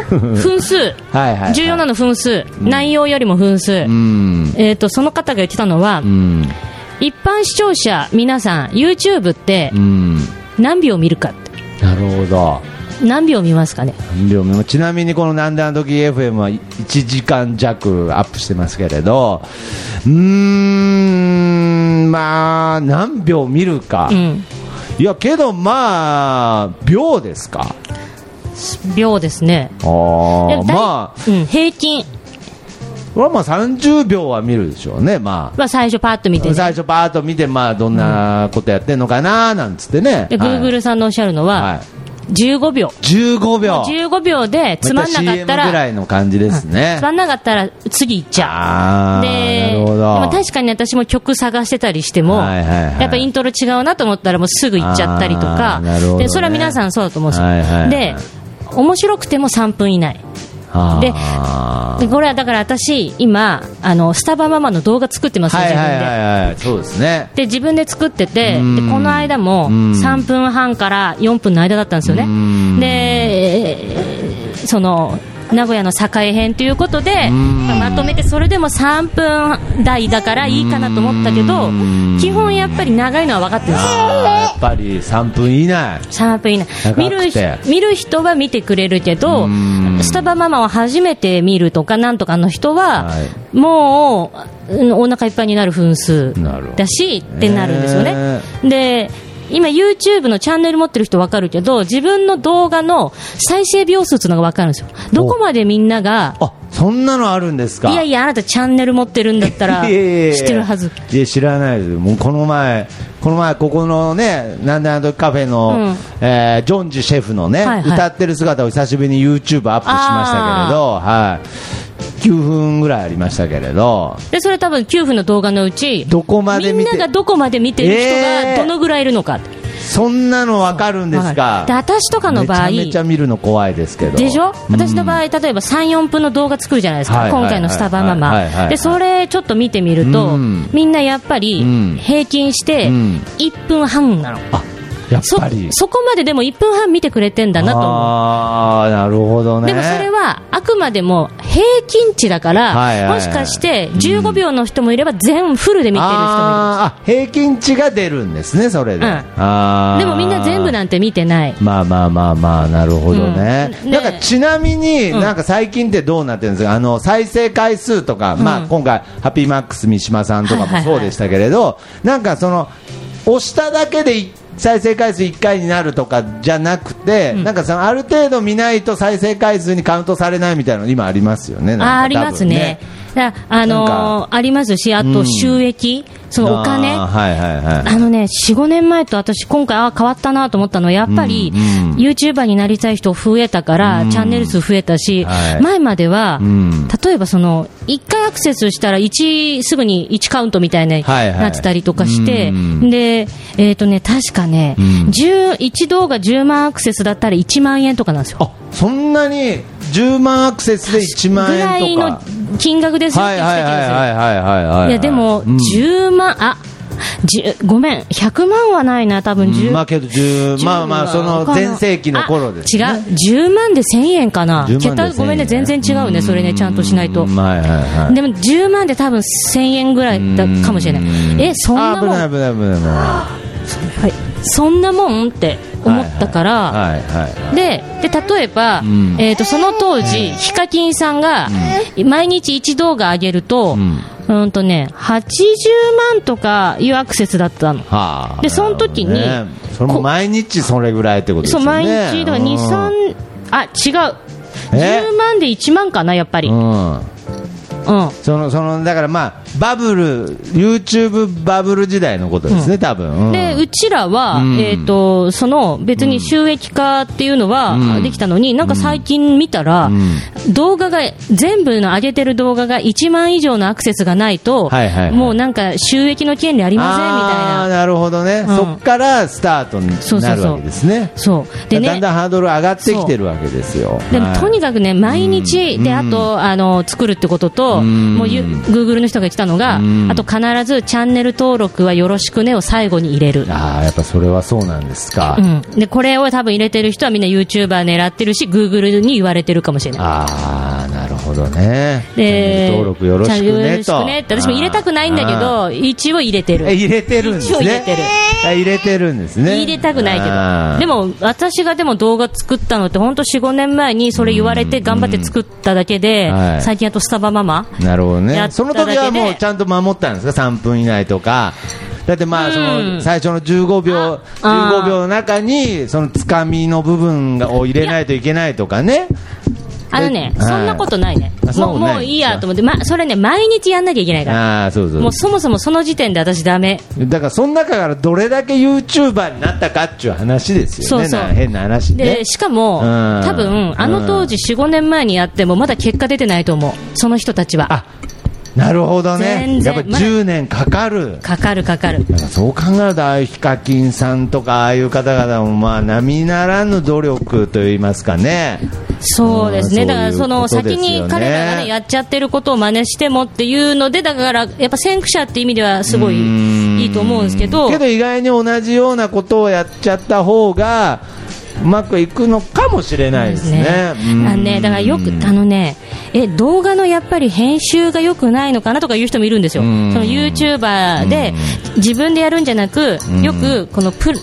S3: 分数、
S2: はいはいはい
S3: 重要なの分数、内容よりも分数、
S2: うん
S3: えー、とその方が言ってたのは、
S2: うん
S3: 一般視聴者、皆さん、YouTube って
S2: うん
S3: 何秒見るかって、
S2: なるほど
S3: 何秒見ますかね、
S2: でもちなみにこの「なんであの時 FM」は1時間弱アップしてますけれどうーんまあ、何秒見るか、
S3: うん
S2: いや、けどまあ、秒ですか、
S3: 秒ですね
S2: あーまあ、
S3: あ、うん、平均
S2: これはまあ30秒は見るでしょうね、まあ、
S3: は最初パッと見て、ね、
S2: 最初、パーっと見て、まあ、どんなことやってんのかななんつってね、
S3: で、グーグルさんのおっしゃるの
S2: は
S3: は、
S2: い
S3: 15秒。
S2: 15秒、
S3: 15秒でつまんなかった
S2: ま CM ぐら
S3: ら、
S2: いの感じですね
S3: つ。まんなかったら次行っちゃ
S2: あ
S3: う。
S2: ー
S3: で、
S2: なるほど
S3: でも確かに私も曲探してたりしても、
S2: はいはいはい
S3: やっぱイントロ違うなと思ったらもうすぐ行っちゃったりと
S2: あ
S3: か、
S2: ーなるほどね
S3: で、それは皆さんそうだと思うんですよ。
S2: はいはいはい
S3: で、面白くても3分以内。で
S2: あー
S3: でこれはだから私、今、あの、スタバママの動画作ってますよ、
S2: は
S3: 自
S2: い
S3: 分
S2: は
S3: で。
S2: いはいはい、そうですね。
S3: で自分で作ってて、で
S2: うん
S3: この間も
S2: うん
S3: 3分半から4分の間だったんですよね
S2: うん。
S3: で、えーその名古屋の栄編ということで、
S2: ん
S3: まあまとめてそれでも3分台だからいいかなと思ったけ
S2: う
S3: ど
S2: ん、
S3: 基本やっぱり長いのは分かってるんですよ。
S2: やっぱり3分以内。
S3: 3分以内
S2: 長くて
S3: 見る人見る人は見てくれるけど
S2: うん
S3: スタバママを初めて見るとかなんとかの人は、
S2: は
S3: もううんお腹いっぱいになる分数
S2: なるほど
S3: だしってなるんですよね。
S2: へ
S3: で今 YouTube のチャンネル持ってる人分かるけど自分の動画の再生秒数っていうのが分かるんですよどこまでみんなが
S2: あ、そんなのあるんですか
S3: いやいやあなたチャンネル持ってるんだったら
S2: いやいやいや
S3: 知ってるはず
S2: いや知らないですもうこの前この前ここのねなんであの時カフェの、
S3: うん
S2: えージョンジュシェフのね、
S3: はいはい
S2: 歌ってる姿を久しぶりに YouTube アップしましたけれどはい9分ぐらいありましたけれど
S3: でそれ多分9分の動画のうち
S2: どこまで見て
S3: みんながどこまで見てる人
S2: えー
S3: がどのぐらいいるのか、
S2: そんなのわかるんです
S3: は
S2: か
S3: いで私とかの場
S2: め
S3: 合
S2: ちゃめちゃ見るの怖いですけど
S3: でしょ私の場合、例えば3、4分の動画作るじゃないです
S2: は
S3: か、
S2: いはい
S3: 今回のスタバマ
S2: はいはいはいは
S3: マ。
S2: い
S3: で、それちょっと見てみると
S2: うん、
S3: みんなやっぱ
S2: うん
S3: り平均して
S2: うん
S3: 1分半なの。
S2: あやっ
S3: そ
S2: ぱり
S3: そこまででも1分半見てくれてんだなと思う。
S2: ああなるほどね
S3: でもそれはあくまでも平均値だか
S2: はいはいはい
S3: ら、もしかして15秒の人もいれば全フルで見てる人も
S2: あーあ平均値が出るんですねそれで、
S3: うんい
S2: あー
S3: る。でもみんな全部なんて見てない。
S2: まあまあまあまあ、なるほどね。
S3: うんね
S2: なんかちなみに、なんか最近ってどうなってるんですか、あの、再生回数とか、まあ今回、ハッピーマックス三島さんとか
S3: はいはい
S2: も
S3: はい
S2: そうでしたけれど、なんかその、押しただけでい再生回数1回になるとかじゃなくて、なんかそのある程度見ないと再生回数にカウントされないみたいなの今ありますよね。なんか
S3: あーあ
S2: 多
S3: り
S2: 分
S3: ますね。だあ
S2: なん
S3: のーありますし、あ
S2: う
S3: と
S2: ん
S3: 収益、そのお金。
S2: あーはいはいはい。
S3: あのね、4、5年前と私、今回、あ変わったなと思ったのは、やっぱり、
S2: うんうん
S3: YouTuber になりたい人増えたから、チャンネル数増えたし、
S2: はい
S3: 前までは、
S2: うん
S3: 例えばその、1回アクセスしたら、1、すぐに1カウントみたいに
S2: はいはい
S3: なってたりとかして、
S2: うん
S3: で、えっ、とね、確かね、
S2: うん
S3: 10 1動画10万アクセスだったら1万円とかなんですよ。
S2: あ、そんなに10万アクセスで1
S3: ぐ
S2: 万円とか。
S3: らいの金額ですよっ
S2: は
S3: て
S2: い
S3: 言っ
S2: は
S3: て
S2: い
S3: た
S2: はい
S3: 気がする。
S2: はいはいはいはい
S3: いやでも、
S2: うん
S3: 10万、あ10ごめん、100万はないな、多分10、
S2: まあけど10まあまあその全盛期の頃です、ね、
S3: あ違う、10万で1000円かな、
S2: 10万で1000
S3: 桁、
S2: 円
S3: ごめんね、全然違うね、それね、ちゃんとしないと
S2: うん。はいはいはい
S3: でも10万で多分1000円ぐらいだかもしれない、え、そん
S2: あ
S3: な
S2: 危
S3: もん、
S2: な
S3: はい、
S2: 危ない危ない危ない
S3: そんなもんって思ったから、
S2: はいはいはいはい
S3: でで例えば、
S2: ん
S3: えー、とその当時、ヒカキンさんが毎日1動画上げると、
S2: ん
S3: うん、とね、80万とかいうアクセスだったの。
S2: はあ
S3: でその時に
S2: なるほどねそれも毎日それぐらいってことです
S3: そ
S2: よ
S3: う
S2: ね
S3: 毎日だから2、
S2: うん
S3: 3あ違う、
S2: え
S3: 10万で1万かな、やっぱり、うん、
S2: うんそのそのだからまあバブル YouTube バブル時代のことですね、多分、うん
S3: でうちらは、
S2: うん
S3: えー、とその別に収益化っていうの
S2: う
S3: は
S2: ん
S3: できたのに、なんか最近見たら、
S2: う
S3: 動画が全部の上げてる動画が1万以上のアクセスがないと、
S2: はいはいはい
S3: もうなんか収益の権利ありませんみ
S2: あ
S3: た
S2: ー
S3: いな。
S2: なるほどね、
S3: うん
S2: そっからスタートに
S3: そう
S2: な
S3: そう
S2: る
S3: そう
S2: わけですね
S3: そうで
S2: だん
S3: ね
S2: だんハードル上がってきてるわけですよ
S3: でも
S2: はい
S3: とにかくね、毎日、
S2: うん
S3: であとあの作るってことと、
S2: うん
S3: もうゆ Google の人が言ってたのが、
S2: うん
S3: あと必ずチャンネル登録はよろしくねを最後に入れる。
S2: ああ、やっぱそれはそうなんですか。
S3: うん、でこれを多分入れてる人はみんな YouTuber 狙ってるし、Google に言われてるかもしれない。
S2: ああ、なるほどね。
S3: で
S2: チャンネル登録よろし
S3: チャン
S2: く
S3: ネルよ
S2: ね
S3: ろし
S2: と。
S3: くねって私も入れたくないんだけ
S2: あ
S3: ど、一応入れて
S2: ー。え
S3: る。
S2: 入れてるんですね。
S3: 一応入れてる
S2: あ入れてるんですね。
S3: 入れたくない
S2: あー
S3: けど。でも、私がでも動画作ったのって、ほんと4、5年前にそれ言われて頑張って作っただけで
S2: はい、
S3: 最近あとスタバママ。
S2: なるほど
S3: や
S2: ね。
S3: った
S2: そ
S3: だ
S2: の
S3: け
S2: 時
S3: で
S2: はもうちゃんと守ったんですか ?3 分以内とか。だってまあ、その、最初の15秒、
S3: あ
S2: 15秒の中に、その、つかみの部分を入れないといけないとかね。
S3: あのね、
S2: はい
S3: そんなことないね
S2: あ。そんな
S3: も
S2: こ
S3: う
S2: とない
S3: もういいやと思って、ま、それね、毎日やんなきゃいけないから。
S2: ああ、そうそう
S3: もうそもそもその時点で私ダメ。
S2: だから、その中からどれだけ YouTuber になったかっていう話ですよね。
S3: そうそう
S2: な変な話ね。
S3: で、しか
S2: う
S3: も、
S2: ん
S3: 多分、あの当時4、5年前にやっても、まだ結果出てないと思う。その人たちは。
S2: あなるほどね。
S3: 全
S2: やっ
S3: 然
S2: ぱ10年かかる。
S3: かかるかかる。
S2: なんかそう考えると、ああいうヒカキンさんとか、ああいう方々も、まあ、並ならぬ努力といいますかね。
S3: そうですね、
S2: うん
S3: だからその
S2: そういうこと
S3: 先
S2: ですよね
S3: に彼らが、ね、やっちゃってることを真似してもっていうので、だからやっぱ先駆者って意味ではすごいいいと思うんですけど、
S2: けど、意外に同じようなことをやっちゃった方が、うまくいくのかもしれないですね。うん
S3: あのねだからよく、あのねえ、動画のやっぱり編集が良くないのかなとかいう人もいるんですよ、その YouTuber で自分でやるんじゃなく、よくこのプロ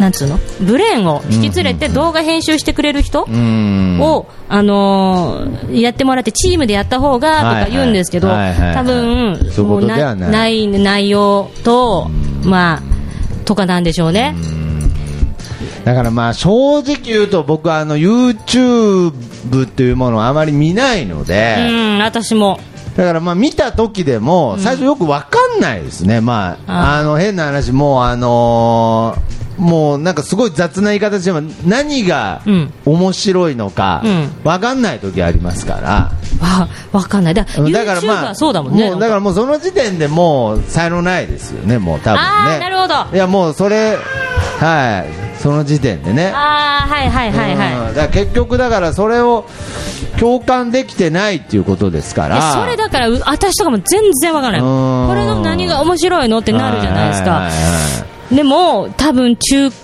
S3: なんつうのブレーンを引き連れて動画編集してくれる人
S2: うん
S3: を、あのーやってもらってチームでやった方がとか言うんですけど、
S2: はいはいはいはい
S3: 多分
S2: そういうことでは
S3: もうなない内容と、まあ、とかなんでしょうね。
S2: だからまあ正直言うと僕はあの YouTube というものをあまり見ないので、
S3: うん、私も。
S2: だからまあ見た時でも最初よくわかんないですね、まあ
S3: あ
S2: あの変な話もうあのーもうなんかすごい雑な言い方しても何が
S3: うん
S2: 面白いのか
S3: う
S2: わかんない時ありますから、
S3: わ、わかんない。だから、
S2: だから
S3: YouTuber
S2: まあ
S3: はそうだもんね。
S2: うだからもうその時点でもう才能ないですよねもう多分ね
S3: あーなるほど
S2: いやもうそれはいその時点でね
S3: ああ、はいはいはいはい。
S2: うんだから結局だからそれを共感できてないっていうことですか
S3: いや
S2: ら
S3: それだから、う私とかも全然わから
S2: う
S3: なんい。これの何が面白いのってなるじゃないです
S2: はは
S3: か。
S2: は
S3: でも、多分中学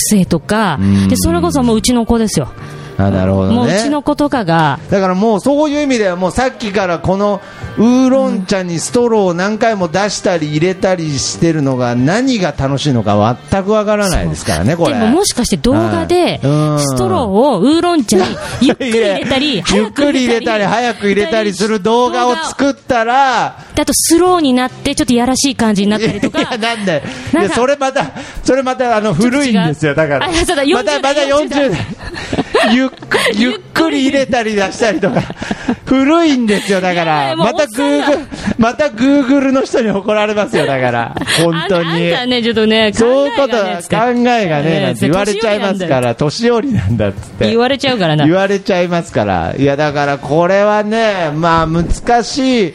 S3: 生とか
S2: うん、
S3: でそれこそもううちの子ですよ。
S2: あなるほどね
S3: もううちの子とかが、
S2: だからもうそういう意味ではもうさっきからこのウーロン茶にストローを何回も出したり入れたりしてるのが何が楽しいのか全くわからないですからねこれ
S3: でももしかして動画で、
S2: うん
S3: ストローをウーロン 茶にゆっくり入れたり、
S2: ゆっ
S3: 早く
S2: くり入れたり早く入れたりする動画を作ったら
S3: であとスローになって、ちょっとやらしい感じになったりと
S2: いや
S3: か。
S2: なんでい
S3: なんか
S2: やそれまたそれまたあの古いんですよだから
S3: あそう
S2: また
S3: だ40代
S2: また40
S3: 40代
S2: 代ゆっ くゆっくり入れたり出したりとか古いんですよだか
S3: いや
S2: ら
S3: もう
S2: また
S3: おっ
S2: グ
S3: さ
S2: ー
S3: んが
S2: グルまたグーグルの人に怒られますよだから本当
S3: あん
S2: に
S3: あんたね、ちょっとね、考
S2: そういうこ
S3: え
S2: と
S3: がね
S2: は
S3: っつって
S2: 考えがねなんて言われちゃいますか。
S3: ええ
S2: ら年寄りなんだっつって
S3: 言われちゃうからな。
S2: 言われちゃいますからいやだからこれはねまあ難しい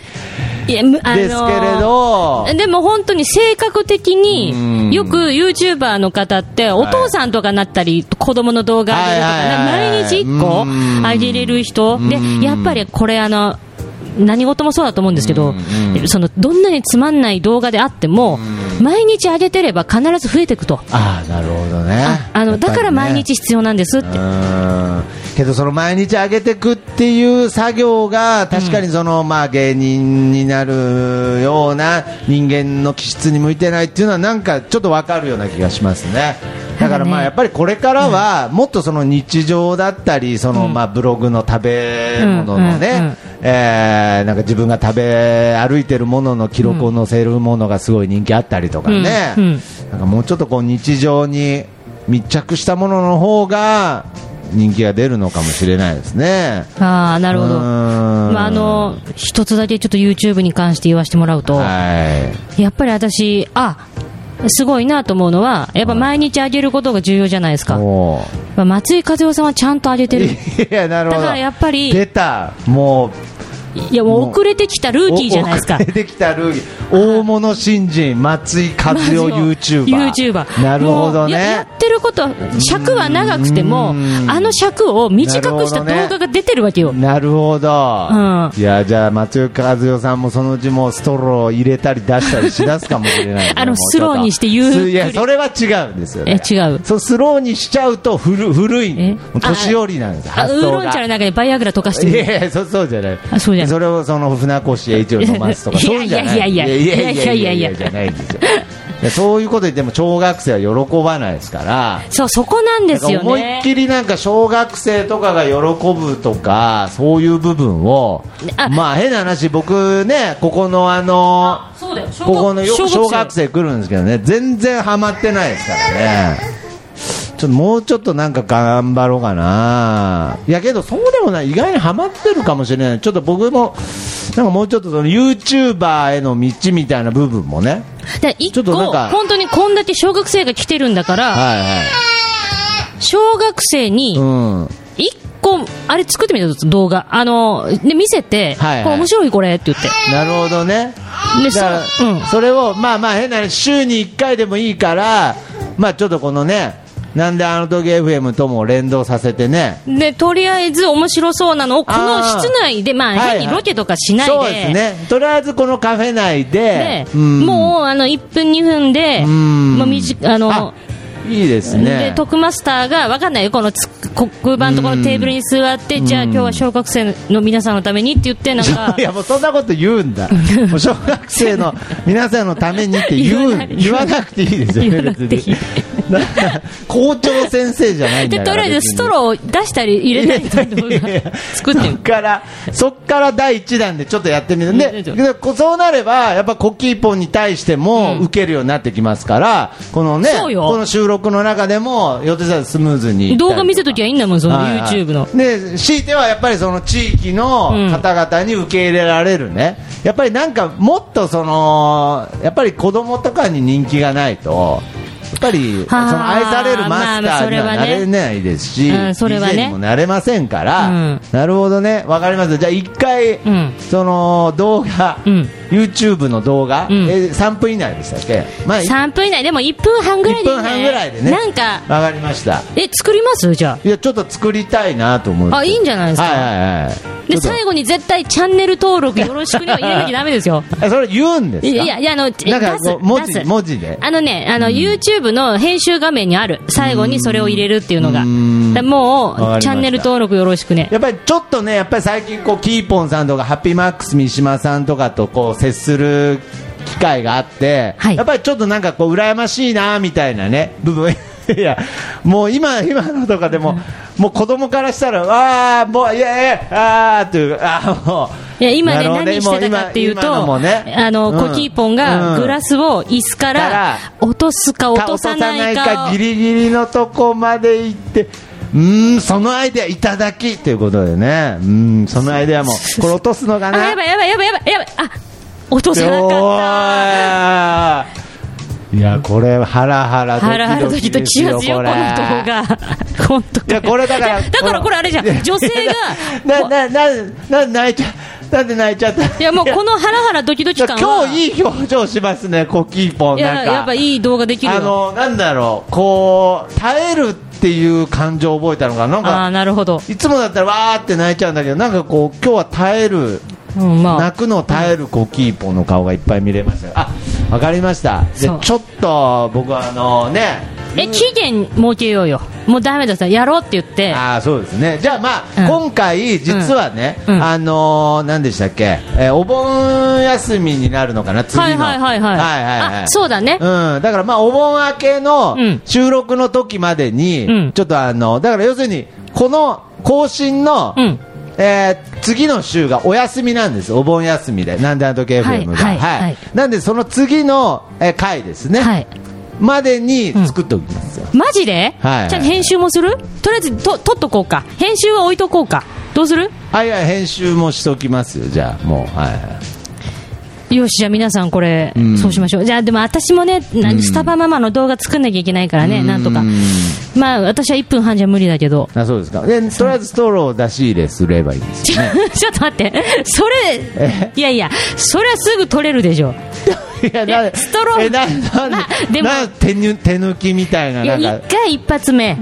S3: いやむあのー
S2: ですけれど
S3: でも本当に性格的
S2: うん
S3: によく YouTuber の方ってお父さんとかなったり、子供の動画上げるとか
S2: はいはいはいはい
S3: ね毎日1個
S2: うん
S3: 上げれる人
S2: うん
S3: でやっぱりこれあの何事もそうだと思うんですけど
S2: うん
S3: そのどんなにつまんない動画であっても毎日上げてれば必ず増えていくと
S2: ああなるほどね
S3: ああのだから毎日必要なんですって
S2: うーんけどその毎日上げてくっていう作業が確かにその、まあ芸人になるような人間の気質に向いてないっていうのはなんかちょっとわかるような気がしますね。だからまあ
S3: はいね
S2: やっぱりこれからはもっとその日常だったりそのまあブログの食べ物の
S3: うんうんう
S2: ね
S3: ん
S2: えーなんか自分が食べ歩いてるものの記録を載せるものがすごい人気あったりとかね、
S3: うんうん
S2: なんかもうちょっとこう日常に密着したものの方が人気が出るのかもしれないですね。
S3: ああなるほど
S2: うーん
S3: まああの一つだけちょっと YouTube に関して言わせてもらうと
S2: は
S3: やっぱり私、あすごいなと思うのは、やっぱ毎日あげることが重要じゃないです
S2: い。
S3: か、
S2: も
S3: まあ松井和夫さんはちゃんとあげて
S2: う。
S3: る、
S2: いや、なる
S3: だ
S2: ほど。
S3: からやっぱり、
S2: 出た。もう。
S3: いやもう遅れてきたルーキーじゃないですか
S2: 出、てきたルーキー。大物新人、松井和夫 YouTuber。
S3: YouTuber
S2: なるほど
S3: もうやや
S2: ね。
S3: ってること、尺は長くても
S2: うー、ん
S3: あの尺を短くした
S2: なるほどね
S3: 動画が出てるわけよ、
S2: なるほど。
S3: うん
S2: いや、じゃあ、松井和夫さんもそのうちもうストローを入れたり出したりしだすかもしれないね。
S3: あの
S2: もうちょっと
S3: スローにしてゆっくり
S2: いや、それは違うんですよね。
S3: え違う
S2: そう、スローにしちゃうと古古い。
S3: え
S2: もう年寄りなんです、
S3: あウ
S2: 発
S3: ー
S2: 想が。
S3: ロン茶の中にバイアグラ溶かして
S2: い
S3: る。
S2: やいや、そうそうじゃない。
S3: あそうじゃない
S2: れをその船越英一郎飲ますとか、
S3: いや
S2: そううんじゃない。
S3: いやいやいや
S2: いやいやいやいや
S3: いやいやいや
S2: じゃないんですよ。いやそういうこと言っても小学生は喜ばないですから。
S3: そう、そこなんで
S2: だか
S3: す
S2: ら
S3: よ
S2: 思い
S3: ね
S2: っ。きりなんか小学生とかが喜ぶとかそういう部分を
S3: ねあ
S2: まあ変な話僕ねここのあの
S3: そうだよ、小
S2: ここのよく小学
S3: 生。
S2: 生来るんですけどね全然ハマってないですからねちょっともうちょっとなんか頑張ろうかないやけどそうでもない意外にハマってるかもしれないちょっと僕もなんかもうちょっとその YouTuber への道みたいな部分もね
S3: で一
S2: ちょっとなん
S3: 個、
S2: か
S3: 本当にこんだけ小学生が来てるんだから、
S2: はいはい
S3: 小学生に
S2: うん
S3: 一個、あれ作ってみたぞ動画。あの、で、見せて、
S2: はいはい
S3: これ面白いこれって言って。
S2: なるほどね
S3: で
S2: だから
S3: そううん
S2: それをまあまあ変な話週に1回でもいいからまあちょっとこのねなんであの時 FM とも連動させてね
S3: で、とりあえず面白そうなのを、この
S2: あー
S3: 室内で、ま
S2: は
S3: あ、
S2: いはい
S3: 変にロケとかしないで、
S2: そうですねとりあえずこのカフェ内で
S3: で、
S2: うん
S3: もう、あの、1分2分で、
S2: うん
S3: もう短、あの
S2: あ、いいです
S3: で
S2: ね、
S3: 徳マスターが分かんないよ、このつ黒板とこのテーブルに座って、じゃあ今日は小学生の皆さんのためにって言って、なんか
S2: いやもうそんなこと言うんだもう小学生の皆さんのためにって言う
S3: 言わない
S2: 言わなくていいですよ
S3: 言わ
S2: ね
S3: なくていい
S2: 別になん か校長先生じゃないんだ
S3: で
S2: から
S3: とりあえずストローを出したり入れたりの動画作って
S2: そっ
S3: る。
S2: から、そっから第一弾でちょっとやってみる。
S3: うん
S2: で、
S3: ちょっ
S2: でこそうなれば、やっぱコッキーポンに対しても受けるようになってきますから、このね、
S3: そうよ
S2: この収録の中でも、予定さんスムーズに。
S3: 動画見せときゃいいんだもん、その
S2: はいはい
S3: YouTube の。
S2: で強いてはやっぱりその地域の方々に受け入れられるね、やっぱりなんかもっとそのやっぱり子供とかに人気がないとやっぱりその愛されるマスターにはなれないですし、
S3: うんそれはね
S2: DJ にもなれませんから、
S3: うん
S2: なるほどねわかりましたじゃあ一回、
S3: ん
S2: その動画、
S3: うん
S2: YouTube の動画、
S3: ん
S2: え3分以内でしたっけ、まあ、1
S3: 3分以内、でも1分半ぐらいでいい
S2: 分
S3: んじゃな
S2: 半
S3: い
S2: ぐらいでね
S3: なんか、
S2: わかりました
S3: え、作りますじゃ
S2: いやちょっと作りたいなと思う
S3: あ。あ、いいんじゃないですか。
S2: はいはいはい。
S3: で、
S2: ちょっ
S3: 最後に絶対チャンネル登録よろしくねは入れなきゃダメですよ。
S2: とえそれ言うんですか
S3: いやいや、いやあの、出
S2: なんかこ
S3: す
S2: う、文字
S3: 出す
S2: 文字で。
S3: あのね、あの、YouTube の編集画面にある。最後にそれを入れるっていうのが。だも
S2: わかりまし
S3: う、
S2: た
S3: チャンネル登録よろしくね。
S2: やっぱりちょっとね、やっぱり最近こう、キーポンさんとか、ハッピーマックス三島さんとかとこう、接する機会があって、
S3: はい
S2: やっぱりちょっとなんかこう、羨ましいな、みたいなね、 部分。いや、もう今、今のとかでも、もう子供からしたら、わあ、もう、いやいや、あーっていう、あーもう。
S3: いや、今
S2: な
S3: ね、
S2: るほど
S3: 何してたかっていう
S2: も今今のも
S3: と、
S2: ね
S3: あの、
S2: うん
S3: コキーポンがグラスを椅子か
S2: からら
S3: 落とすか落とさない
S2: 落と
S3: かを
S2: ギ。リギリのとこまで行ってうーんそのアイデアいただきということでねうーんそのアイデアもこれ落とすのか
S3: あ、
S2: な
S3: やばいやばいやばいやばいやばい。あ、落とさな
S2: お
S3: かった。
S2: ーいいやこれハラハラ
S3: ハラハラ
S2: ド
S3: ド
S2: キ
S3: キ
S2: ド
S3: ド
S2: キ
S3: キ
S2: です
S3: し
S2: よ
S3: ますよ、
S2: こ
S3: こ
S2: れ
S3: の動画。本当
S2: いやこれだから
S3: いやだからこれあれじゃん。女性が、
S2: なななな泣いちゃなんで泣いちゃった
S3: いやもうこのハラハラドキドキ感は、
S2: 今日いい表情しますねコキーポン
S3: い
S2: なん
S3: や、
S2: か
S3: やっぱいい動画できる
S2: あ
S3: よ。
S2: のなんだろうこう耐えるっていう感情を覚えたのかななん
S3: あ
S2: か
S3: あー、なるほど。
S2: いつもだったらわーって泣いちゃうんだけどなんかこう今日は耐える
S3: うん、まあ。
S2: 泣くのを耐えるコキーポンの顔がいっぱい見れましたよあわかりましたで
S3: そう
S2: ちょっと僕はあのね
S3: え期限設けようよもうダメださやろうって言って
S2: あーそうですねじゃあまあ、
S3: うん
S2: 今回実はね、
S3: うん
S2: あのー、何でしたっけ、えーお盆休みになるのかな次の
S3: はいはいは
S2: は
S3: いはい
S2: いはいはい
S3: あそうだね
S2: うん、だからまあお盆明けの
S3: うん
S2: 収録の時までに、
S3: うん
S2: ちょっとあのだから要するにこの更新の、
S3: うん
S2: えー次の週がお休みなんです、お盆休みで、なんであの時 FM が、
S3: はいはいはい
S2: なんでその次の、えー回ですね、
S3: はい
S2: までに作っておきますよ、
S3: マジで、
S2: はいはい
S3: ちゃんと編集もするとりあえずと撮っとこうか編集は置いとこうかどうする
S2: あいや編集もしときますよ、じゃあ、もう、はいはい、
S3: よしじゃあ皆さんこれ、
S2: ん
S3: そうしましょうじゃあでも私もね、なスタバママの動画作んなきゃいけないからね、なんとかまあ私は1分半じゃ無理だけど
S2: あそうですかで、とりあえずストローを出し入れすればいいです
S3: ちょっと待ってそれいやいやそれはすぐ撮れるでしょ
S2: いや
S3: えストロー
S2: えななん
S3: まあ でも
S2: なん手ぬ手抜きみたいないな
S3: や
S2: ん
S3: 一
S2: か
S3: 回一発目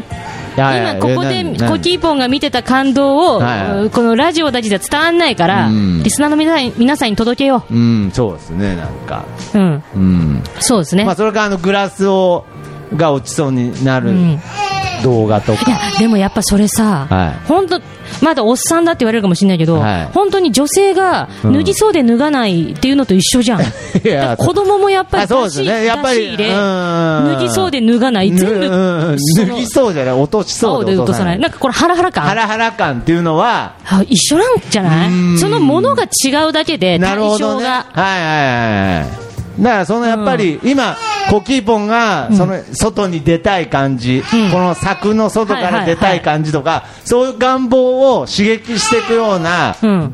S2: いやいや
S3: 今ここ
S2: え
S3: で
S2: なな
S3: コキーポンが見てた感動を、
S2: はいはい
S3: うんこのラジオだけじゃ伝わんないから、
S2: うん
S3: リスナーの皆さん皆さんに届けよ
S2: うんそうですねなんか
S3: う、うん、
S2: うん
S3: そうですね、
S2: まあそれからあのグラスをが落ちそうになる
S3: ん
S2: 動画と
S3: い
S2: か、
S3: やでもやっぱそれさ、
S2: はい
S3: 本当まだおっさんだって言われるかもしれないけど、
S2: はい
S3: 本当に女性が脱ぎそうで脱がないっていうのと一緒じ ゃん。だから子供もやっぱり
S2: あそう
S3: 出
S2: です
S3: し,、
S2: ねやっぱり
S3: 出し入れ、
S2: うん
S3: 脱ぎそうで脱がない、全
S2: ぬうん
S3: 部、その
S2: 脱ぎそうじゃない、落としそ
S3: 青
S2: う
S3: で
S2: で
S3: 落とさない。なんかこれハラハラ感。
S2: ハラハラ感っていうのは、
S3: あ一緒なんじゃないそのものが違うだけで、
S2: な
S3: 対
S2: るほど
S3: 象
S2: ね。はい
S3: が。
S2: はいはいはい。だからそのやっぱり、今、コキーポンがその外に出たい感じ、
S3: うん
S2: この柵の外か
S3: はいはいは
S2: ら
S3: い
S2: 出たい感じとか、そういう願望を刺激していくような、
S3: うん。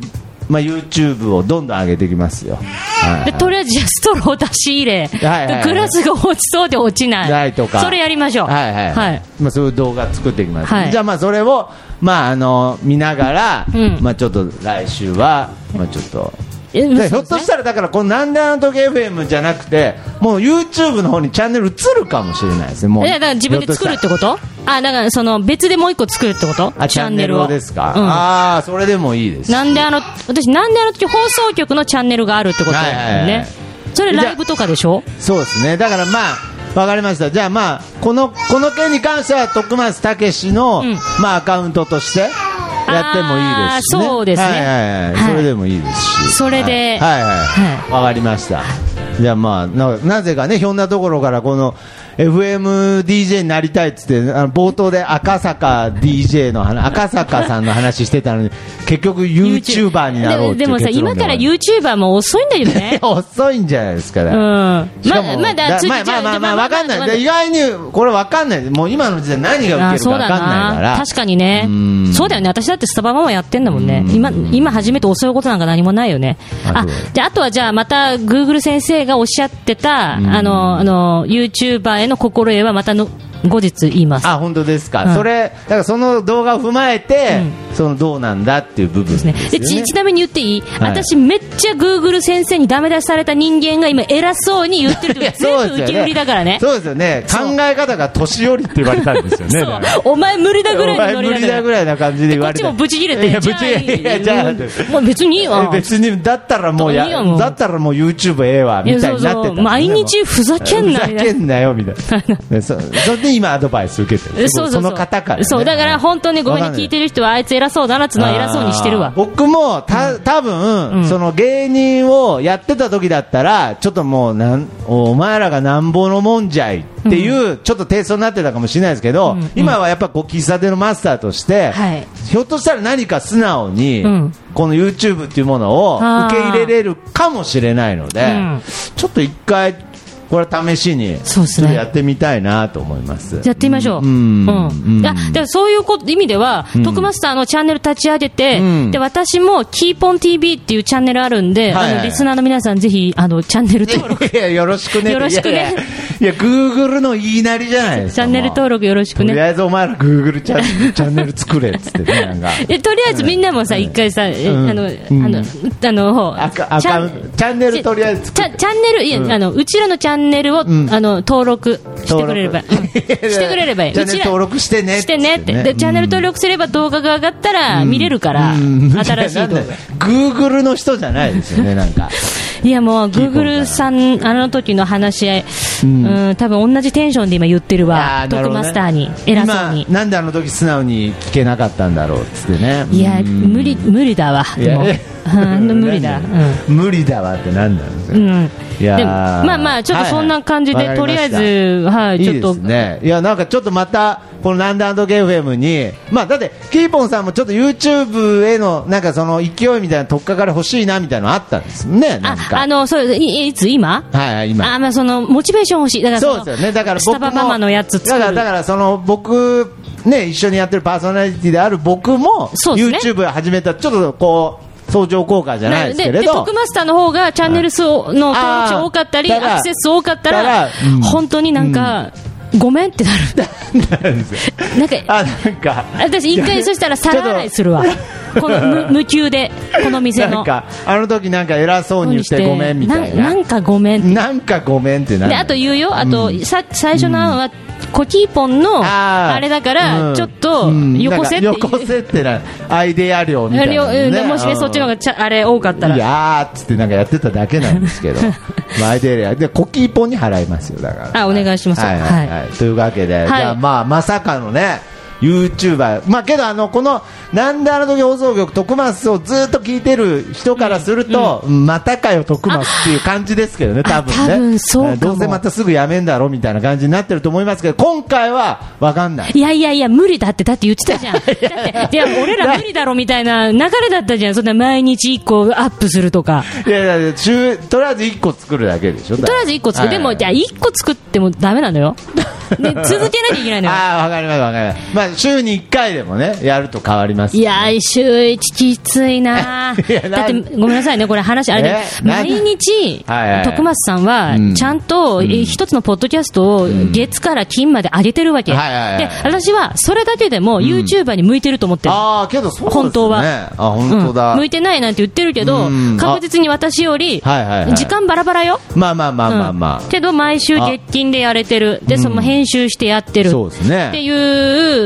S2: まあ、YouTube をどんどん上げていきますよ。はい
S3: で、とりあえずじゃあストローを出し入れ、
S2: はいはい
S3: グラスが落ちそうで落ちない。
S2: ないとか
S3: それやりましょう。
S2: はいはい
S3: はい。
S2: まあ、そういう動画作っていきます、
S3: はい
S2: じゃあまあそれを、まあ、あの見ながら、
S3: うん
S2: まあ、ちょっと来週は、まあ、ちょっと。
S3: えそうです
S2: ひょっとしたらだからこの「なんであの時 FM」じゃなくてもう YouTube の方にチャンネル移るかもしれないですねもう
S3: えだから自分で作るってことあ、だからその別でもう一個作るってこと
S2: あチャンネルをですか、ああそれでもいいです
S3: うん。なんであの、私なんであの時放送局のチャンネルがあるってことだよね。
S2: はいはいはい
S3: それライブとかでしょ
S2: そうですねだからまあわかりましたじゃあまあこのこの件に関しては徳松たけしの、
S3: うん
S2: まあアカウントとしてやってもいいですし、ね、
S3: あーそうですね
S2: はいはいはい
S3: はい
S2: それでもいいですし
S3: それで
S2: はいはい
S3: は
S2: わ、かりましたじゃあまあななぜかねひょんなところからこの FMDJ になりたいっつってあの冒頭で赤坂 DJ の話赤坂さんの話してたのに結局 YouTuber になろうってい
S3: で
S2: う
S3: でもさ、
S2: 結論
S3: 今
S2: で終
S3: から
S2: わり。
S3: YouTuber も遅いんだよね
S2: 遅いんじゃ ないですかね、
S3: うん。ま
S2: しかも
S3: まだ、
S2: まあまあまあまあ、わかんない。で意外に、これわかんない。もう今の時代何が
S3: あ
S2: 受
S3: ー
S2: けるか
S3: そう
S2: わか
S3: だ
S2: んないから。
S3: な、確かにね、そうだよね、私だってスタバママやってんだもんね、今、今初めて遅いことなんか何もないよね、
S2: あ
S3: あ
S2: そう
S3: であとはじゃあ、またグーグル先生がおっしゃってた、あのあの YouTuber への心得はまたの後日言います。
S2: あ、本当ですか。
S3: うん
S2: それ、だからその動画を踏まえて、そのどうなんだっていう部分です
S3: ね
S2: よ
S3: でち
S2: ね。
S3: ちなみに言っていい、
S2: はい
S3: 私、めっちゃグーグル先生にダメ出しされた人間が今、偉そうに言ってるって
S2: いや
S3: こと全部受け売りだからね、
S2: そうですよね。
S3: う
S2: 考え方が年寄りって言われたんですよね。だから
S3: お前無理だぐら
S2: お
S3: いの
S2: 前
S3: ノ
S2: 無理
S3: リだ
S2: だ
S3: か
S2: ぐ
S3: ら。
S2: らいな感じで
S3: で
S2: 言
S3: こ
S2: わ
S3: っ
S2: れて
S3: ちもブチ切れ
S2: い
S3: て、
S2: や、ぶ
S3: じ
S2: ち
S3: ゃあ
S2: 切れいや、じゃあ
S3: うんもう別にいいわ。
S2: 別に、だったらもう
S3: いい
S2: や
S3: よも、う
S2: だったらもう YouTube ええわ、
S3: い
S2: み
S3: や
S2: たい
S3: そう
S2: になって
S3: そ
S2: た
S3: う
S2: ね。
S3: 毎日ふざけんな
S2: ふ
S3: み
S2: ざ
S3: た
S2: け
S3: いな。
S2: んなよみたい なねそそれで今アドバイス受けてる
S3: えそうそうそ
S2: の
S3: う
S2: 方から、ね、
S3: そう、だから本当にごめんね、
S2: わかんない
S3: 聞いてる人はあいつ偉そうだなっつうのは偉そうにしてる
S2: あ
S3: わ
S2: ー。僕もた多分、
S3: うん
S2: その芸人をやってた時だったらちょっともうなんお前らがなんぼのもんじゃいっていう、ちょっとテイストになってたかもしれないですけど、
S3: うん
S2: 今はやっぱこう喫茶店のマスターとして、
S3: はい
S2: ひょっとしたら何か素直に、
S3: うん
S2: この YouTube っていうものを
S3: あー
S2: 受け入れれるかもしれないので、
S3: うん
S2: ちょっと一回これ試しに
S3: そうで
S2: ち
S3: すね
S2: ょっとやってみたいなと思います。
S3: やってみましょう。
S2: う
S3: うんん。
S2: うん
S3: いや、でもそういうこと意味では、徳マスターのチャンネル立ち上げて、
S2: うん
S3: で、私も、キーポン TV っていうチャンネルあるんで、
S2: はい
S3: あの、リスナーの皆さん、ぜひ、あの、チャンネ ル登録、
S2: いや、よろしくね。
S3: よろしくね
S2: いやいや。いや、グーグルの言いなりじゃないです
S3: チ
S2: か。
S3: ャンネル登
S2: 録。
S3: 録よろし
S2: と
S3: く
S2: り
S3: ね。
S2: あえずお前らグーグルチャン ネルチャンネル作れっつってね、なんか。
S3: で、とりあえずみんなもさ、一回さ、えあ
S2: ん
S3: の、あ
S2: うん
S3: の、あの、
S2: アカア
S3: チ
S2: カ
S3: ャ
S2: ウ
S3: ン
S2: ンチャンネルとりあえず作
S3: チャチャンネル、いや、あの、うちらのチャンネルを、あの、登録してくれれば、うん
S2: 登録
S3: してくれればい い。
S2: チャンネル
S3: うちら
S2: 登録してねっつっ
S3: してて
S2: ね
S3: ねって。で、チャンネル登録すれば動画が上がったら見れるから、新しい動画
S2: や。なんだよグーグルの人じゃないですよね、なんか。
S3: いや、もう、グーグルさん、あの時の話し合い、うん、多分同じテンションで今言ってるわ
S2: あ。
S3: ト
S2: なる
S3: ク
S2: ほど
S3: マ
S2: ね
S3: スターに、偉そうに
S2: 今。なんであの時素直に聞けなかったんだろうっつってね。
S3: いや、無理、無理だわ。
S2: い
S3: で
S2: や
S3: も、 うん無理だ。うん。
S2: 無理だわってなんなんですか。
S3: うん、
S2: いやー
S3: でもまあまあ、ちょっとそんな感じで、
S2: はいはい
S3: とりあえ
S2: わか
S3: ず、はい、
S2: い
S3: ち
S2: い
S3: ょっ
S2: で
S3: と
S2: すね。いや、なんかちょっとまた、このランダンドゲーフェムに、まあ、だって、キーポンさんもちょっと YouTube への、なんかその勢いみたいな、とっかかり欲しいなみたいなのあったんですね、なん
S3: あ、
S2: か。
S3: あの、そう、いいつ、今
S2: はいはい、今。
S3: あ、まあその、モチベーション欲しい。だから
S2: そ
S3: の
S2: うですよね。だから
S3: ス
S2: 僕
S3: タ
S2: も、
S3: バママのやつ作
S2: だから、
S3: る。
S2: だからその、僕、ね、一緒にやってるパーソナリティである僕も、
S3: そうですね
S2: YouTube を始めた、ちょっとこう、相乗効果じゃないですけ
S3: で、
S2: れ
S3: で、ト
S2: ど
S3: ク。マスターの方がチャンネル数の登録
S2: あー
S3: 者多かったり、
S2: だから
S3: アクセス数多かった
S2: だから
S3: ら
S2: うん、
S3: 本当になんか、ごめんって なる。なんか、
S2: あ、なんか。
S3: 私一回そしたら皿洗いするわ。この無無給で、この店
S2: な
S3: の。
S2: んか、あの時なんか偉そうに言ってごめんみたい
S3: な
S2: な。
S3: んかごめんって
S2: なんかごめんってなん
S3: で
S2: だ
S3: あと言うよ、あと、さ最初の案は、コキーポンの
S2: あー
S3: あれだから、
S2: うん
S3: ちょっと
S2: うん
S3: よこせってい
S2: な
S3: うん
S2: かよこせってなアイデア量みた
S3: あ
S2: い
S3: れ
S2: な
S3: を
S2: の
S3: う
S2: ね、
S3: んでもしね、そっちの方がちゃあれ多かった
S2: い
S3: ら、
S2: やーっつってなんかやってただけなんですけ どまあアイデア量でコキーポンに払いますよだから
S3: あお願いします
S2: はいはいはいというわけで、
S3: い
S2: じゃあまあまさかのね YouTuber、まあ、けどあのこの「なんであの時放送局」徳松をずっと聞いてる人からすると、またかよ徳松っていう感じですけどね多分ね
S3: あ多分そうかも
S2: どうせまたすぐやめんだろみたいな感じになってると思いますけど今回は分かんない
S3: いやいやいや、無理だって、だって言ってたじゃん。だって、いや、俺ら無理だろみたいな流れだったじゃん。そんな毎日1個アップするとか。
S2: いやいやいや週とりあえず1個作るだけでしょと
S3: とりあえず1個作って、でも、じゃあ1個作ってもダメなのよ。で、続けなきゃいけないのよ。
S2: ああ、わかりますわかります。まあ、週に1回でもね、やると変わります。
S3: いやー、週一きついな
S2: いや
S3: ーだっ
S2: な
S3: て、
S2: ん
S3: ごめんなさいね、これ話、あれね、
S2: えなん
S3: 毎日、
S2: はいはいはい
S3: 徳松さんは
S2: うん、
S3: ちゃんと、え一つのポッドキャストを、月から金まで上げてるわけ。で
S2: はいはいはい、
S3: 私は、それだけでも、YouTuber に向いてると思ってる。
S2: ああ、けどそうですね。
S3: 本当は
S2: あ、本当だ。
S3: うん向いてないなんて言ってるけど
S2: うん、
S3: 確実に私より、
S2: はいはいはい
S3: 時間バラバラよ。
S2: まあまあまあまあま
S3: うんけど、毎週
S2: あ
S3: 月金でやれてる。で、その編集してやって
S2: あ。
S3: る。
S2: そうですね。
S3: ってい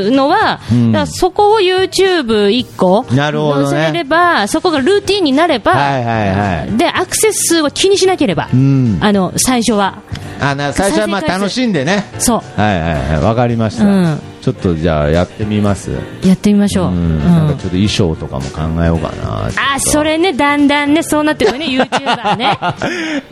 S3: うのは、だからそこを YouTube1 個
S2: なるほどね
S3: 載せれれば、そこがルーティンになれば、
S2: はいはいはい
S3: でアクセス数は気にしなければ、
S2: ん
S3: あの最初は、
S2: あな最初はまあ
S3: 再生回数
S2: 楽しんでね。
S3: そ
S2: はいはいはい。わかりました、
S3: うん
S2: ちょっとじゃあやってみます。
S3: う、やってみましょう。
S2: う。
S3: うんん
S2: なんかちょっと衣装とかも考えようかな。
S3: あそ
S2: れ。
S3: れね、だんだんね、そうなってるよね、YouTuber ね。
S2: い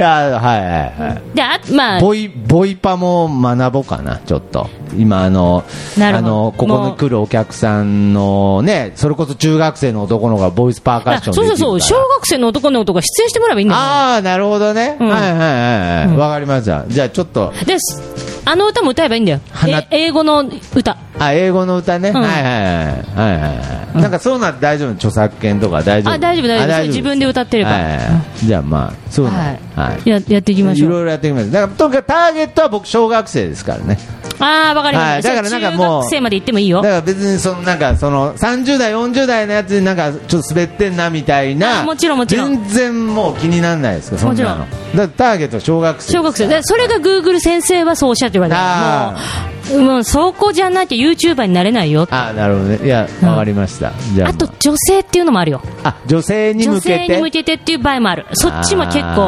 S2: や、はいはいはい。
S3: で、あまあ、
S2: ボイボイパも学ぼうかな、ちょっと、今あの、
S3: なる
S2: あ
S3: ほど
S2: のここ
S3: も
S2: に
S3: う
S2: 来るお客さんのね、それこそ中学生の男の子がボイスパーカッ
S3: あ
S2: ション
S3: そうそうそう、
S2: できる
S3: 小
S2: から
S3: 学生の男の子が出演してもらえばいいんだよ。
S2: ああ、なるほどね、は
S3: ん
S2: いはいはいはい、わかりました、じゃあちょっと、
S3: ですあの歌も歌えばいいんだよ
S2: 花、
S3: え英語の歌、
S2: あ英語の歌ね、
S3: ん
S2: はいはいはい、はいはいはい、なんかそうなって大丈夫、著作権とか大丈夫、
S3: あ大丈夫大丈夫
S2: あ
S3: それ自分で歌ってれば
S2: はいはいはいじゃあまあ、そうな
S3: は
S2: ん
S3: い
S2: はい
S3: ややっていきまし
S2: い
S3: ょう、
S2: ろいろやってきます。だから、とにかくターゲットは僕、小学生ですからね。
S3: ああ、わかりました、
S2: はいだからなんかもう
S3: じゃあ中学生まで行ってもいいよ
S2: だか。ら別にそのなんかその30代、40代のやつになんかちょっと滑ってんなみたいな
S3: あもちろんもちろん
S2: 全然もう気にならないですかそんなの
S3: も
S2: だってターゲットは小学生
S3: 小学生でそれがグーグル先生はそうおっしゃってるわけ
S2: あ
S3: ですもう、うん、そこじゃなきゃ YouTuber になれないよあ
S2: ああなるほどねいやわかりました、じゃあ
S3: と女性っていうのもあるよ
S2: あ女性に
S3: 女
S2: 向け
S3: 性
S2: て
S3: に向けてっていう場合もあるそっちも結
S2: あ
S3: 構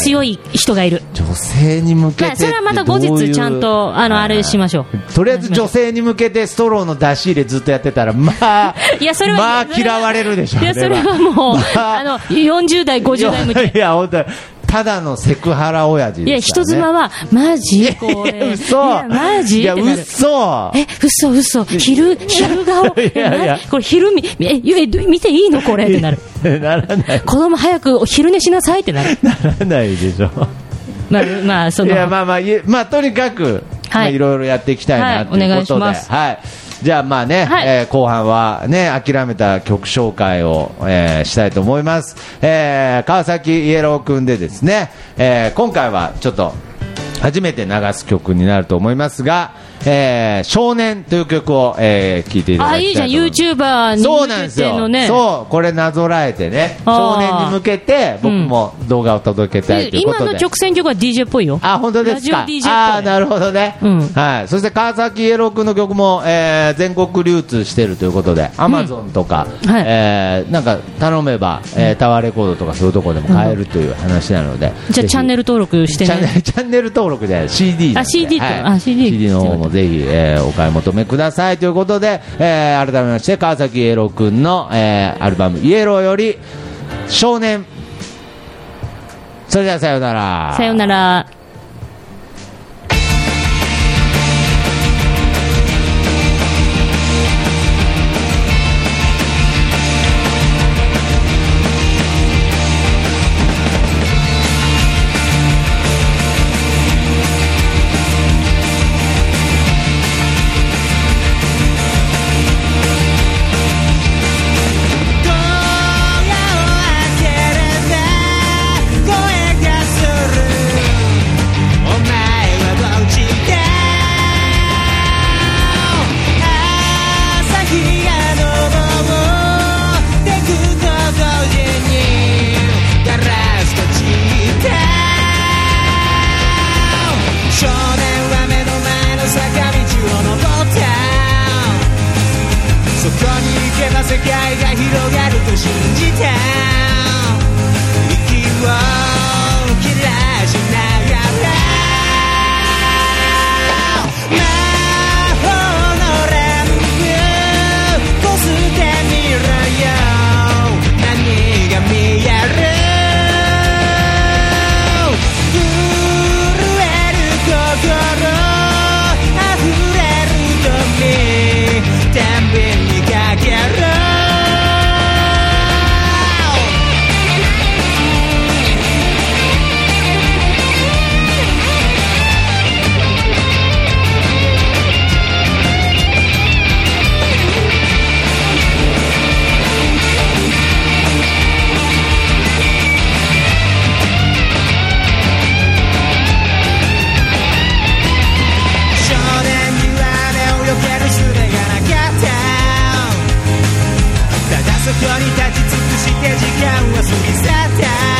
S2: ー
S3: 強い人がいる
S2: 女性に向けてって
S3: まあそれはまた後日
S2: どういう
S3: ちゃんとあの
S2: い
S3: あれしましょう
S2: とりあえず女性に向けてストローの出し入れずっとやってたらまあ
S3: いやそれは
S2: まあ
S3: それは
S2: 嫌われるでしょ
S3: いやそれはもう、
S2: ま
S3: あ、の40代50代向
S2: い
S3: け
S2: や本当にただのセクハラ親父
S3: いや
S2: ですか
S3: 人
S2: らね
S3: 妻はマジこ
S2: いや
S3: れ
S2: 嘘
S3: いやマジ
S2: いや
S3: ってなる
S2: 嘘
S3: え、嘘嘘昼、昼顔。
S2: いやいや
S3: えマジこれ昼み、え、え、ど見ていいのこれってなる。
S2: ならない
S3: 子供早くお昼寝しなさいってなる。
S2: ならないでしょ
S3: まあ、まあ、そ
S2: い
S3: の。
S2: やまあまあいえまあとにかく、まあいろいろやっていきたい
S3: は
S2: ないということ
S3: お
S2: で、
S3: 願
S2: はいい
S3: します
S2: じゃあまあね、
S3: はい
S2: えー後半はね諦めた曲紹介を、えーしたいと思います、えー川崎イエローくんでですね、えー今回はちょっと初めて流す曲になると思いますが、えー少年という曲を、えー聞いていただき
S3: あ、
S2: たいと
S3: いいじゃん、
S2: 思ます
S3: YouTuber に
S2: そうなんです
S3: 向けて
S2: よ、
S3: のね。
S2: そうこれなぞらえてね少
S3: あー
S2: 年に向けて僕も動画を届けたいというこ
S3: 今
S2: とで、
S3: の曲選曲は DJ っぽいよ。
S2: あ本当ですか
S3: ラジオ DJ っぽい
S2: あーなるほどね、
S3: うん
S2: はい、そして川崎イエロー君の曲も、えー全国流通してるということで Amazon とか、
S3: はい
S2: えーなんか頼めば、えータワーレコードとかそういうとこでも買えるという話なので、
S3: じゃあ、チャンネ
S2: ル
S3: ル登録して
S2: チャンネ
S3: ね。
S2: ルチ ャンネル登録で CD なんで
S3: あ CD と
S2: はい
S3: あ CD
S2: の方もぜひ、えーお買い求めくださいということで、えー改めまして川崎イエロー君の、えーアルバム「イエロー」より「少年」それではさようなら
S3: さよなら。
S4: 「ドアを開けるんだ声がする」「お前は落ちて」「朝日が昇ってくと同時にガラスと散って」「少年は目の前の坂道を登った」そこに行けば世界が広がると信じて息を切らしながら魔法のランプに立ち尽くして時間は過ぎ去った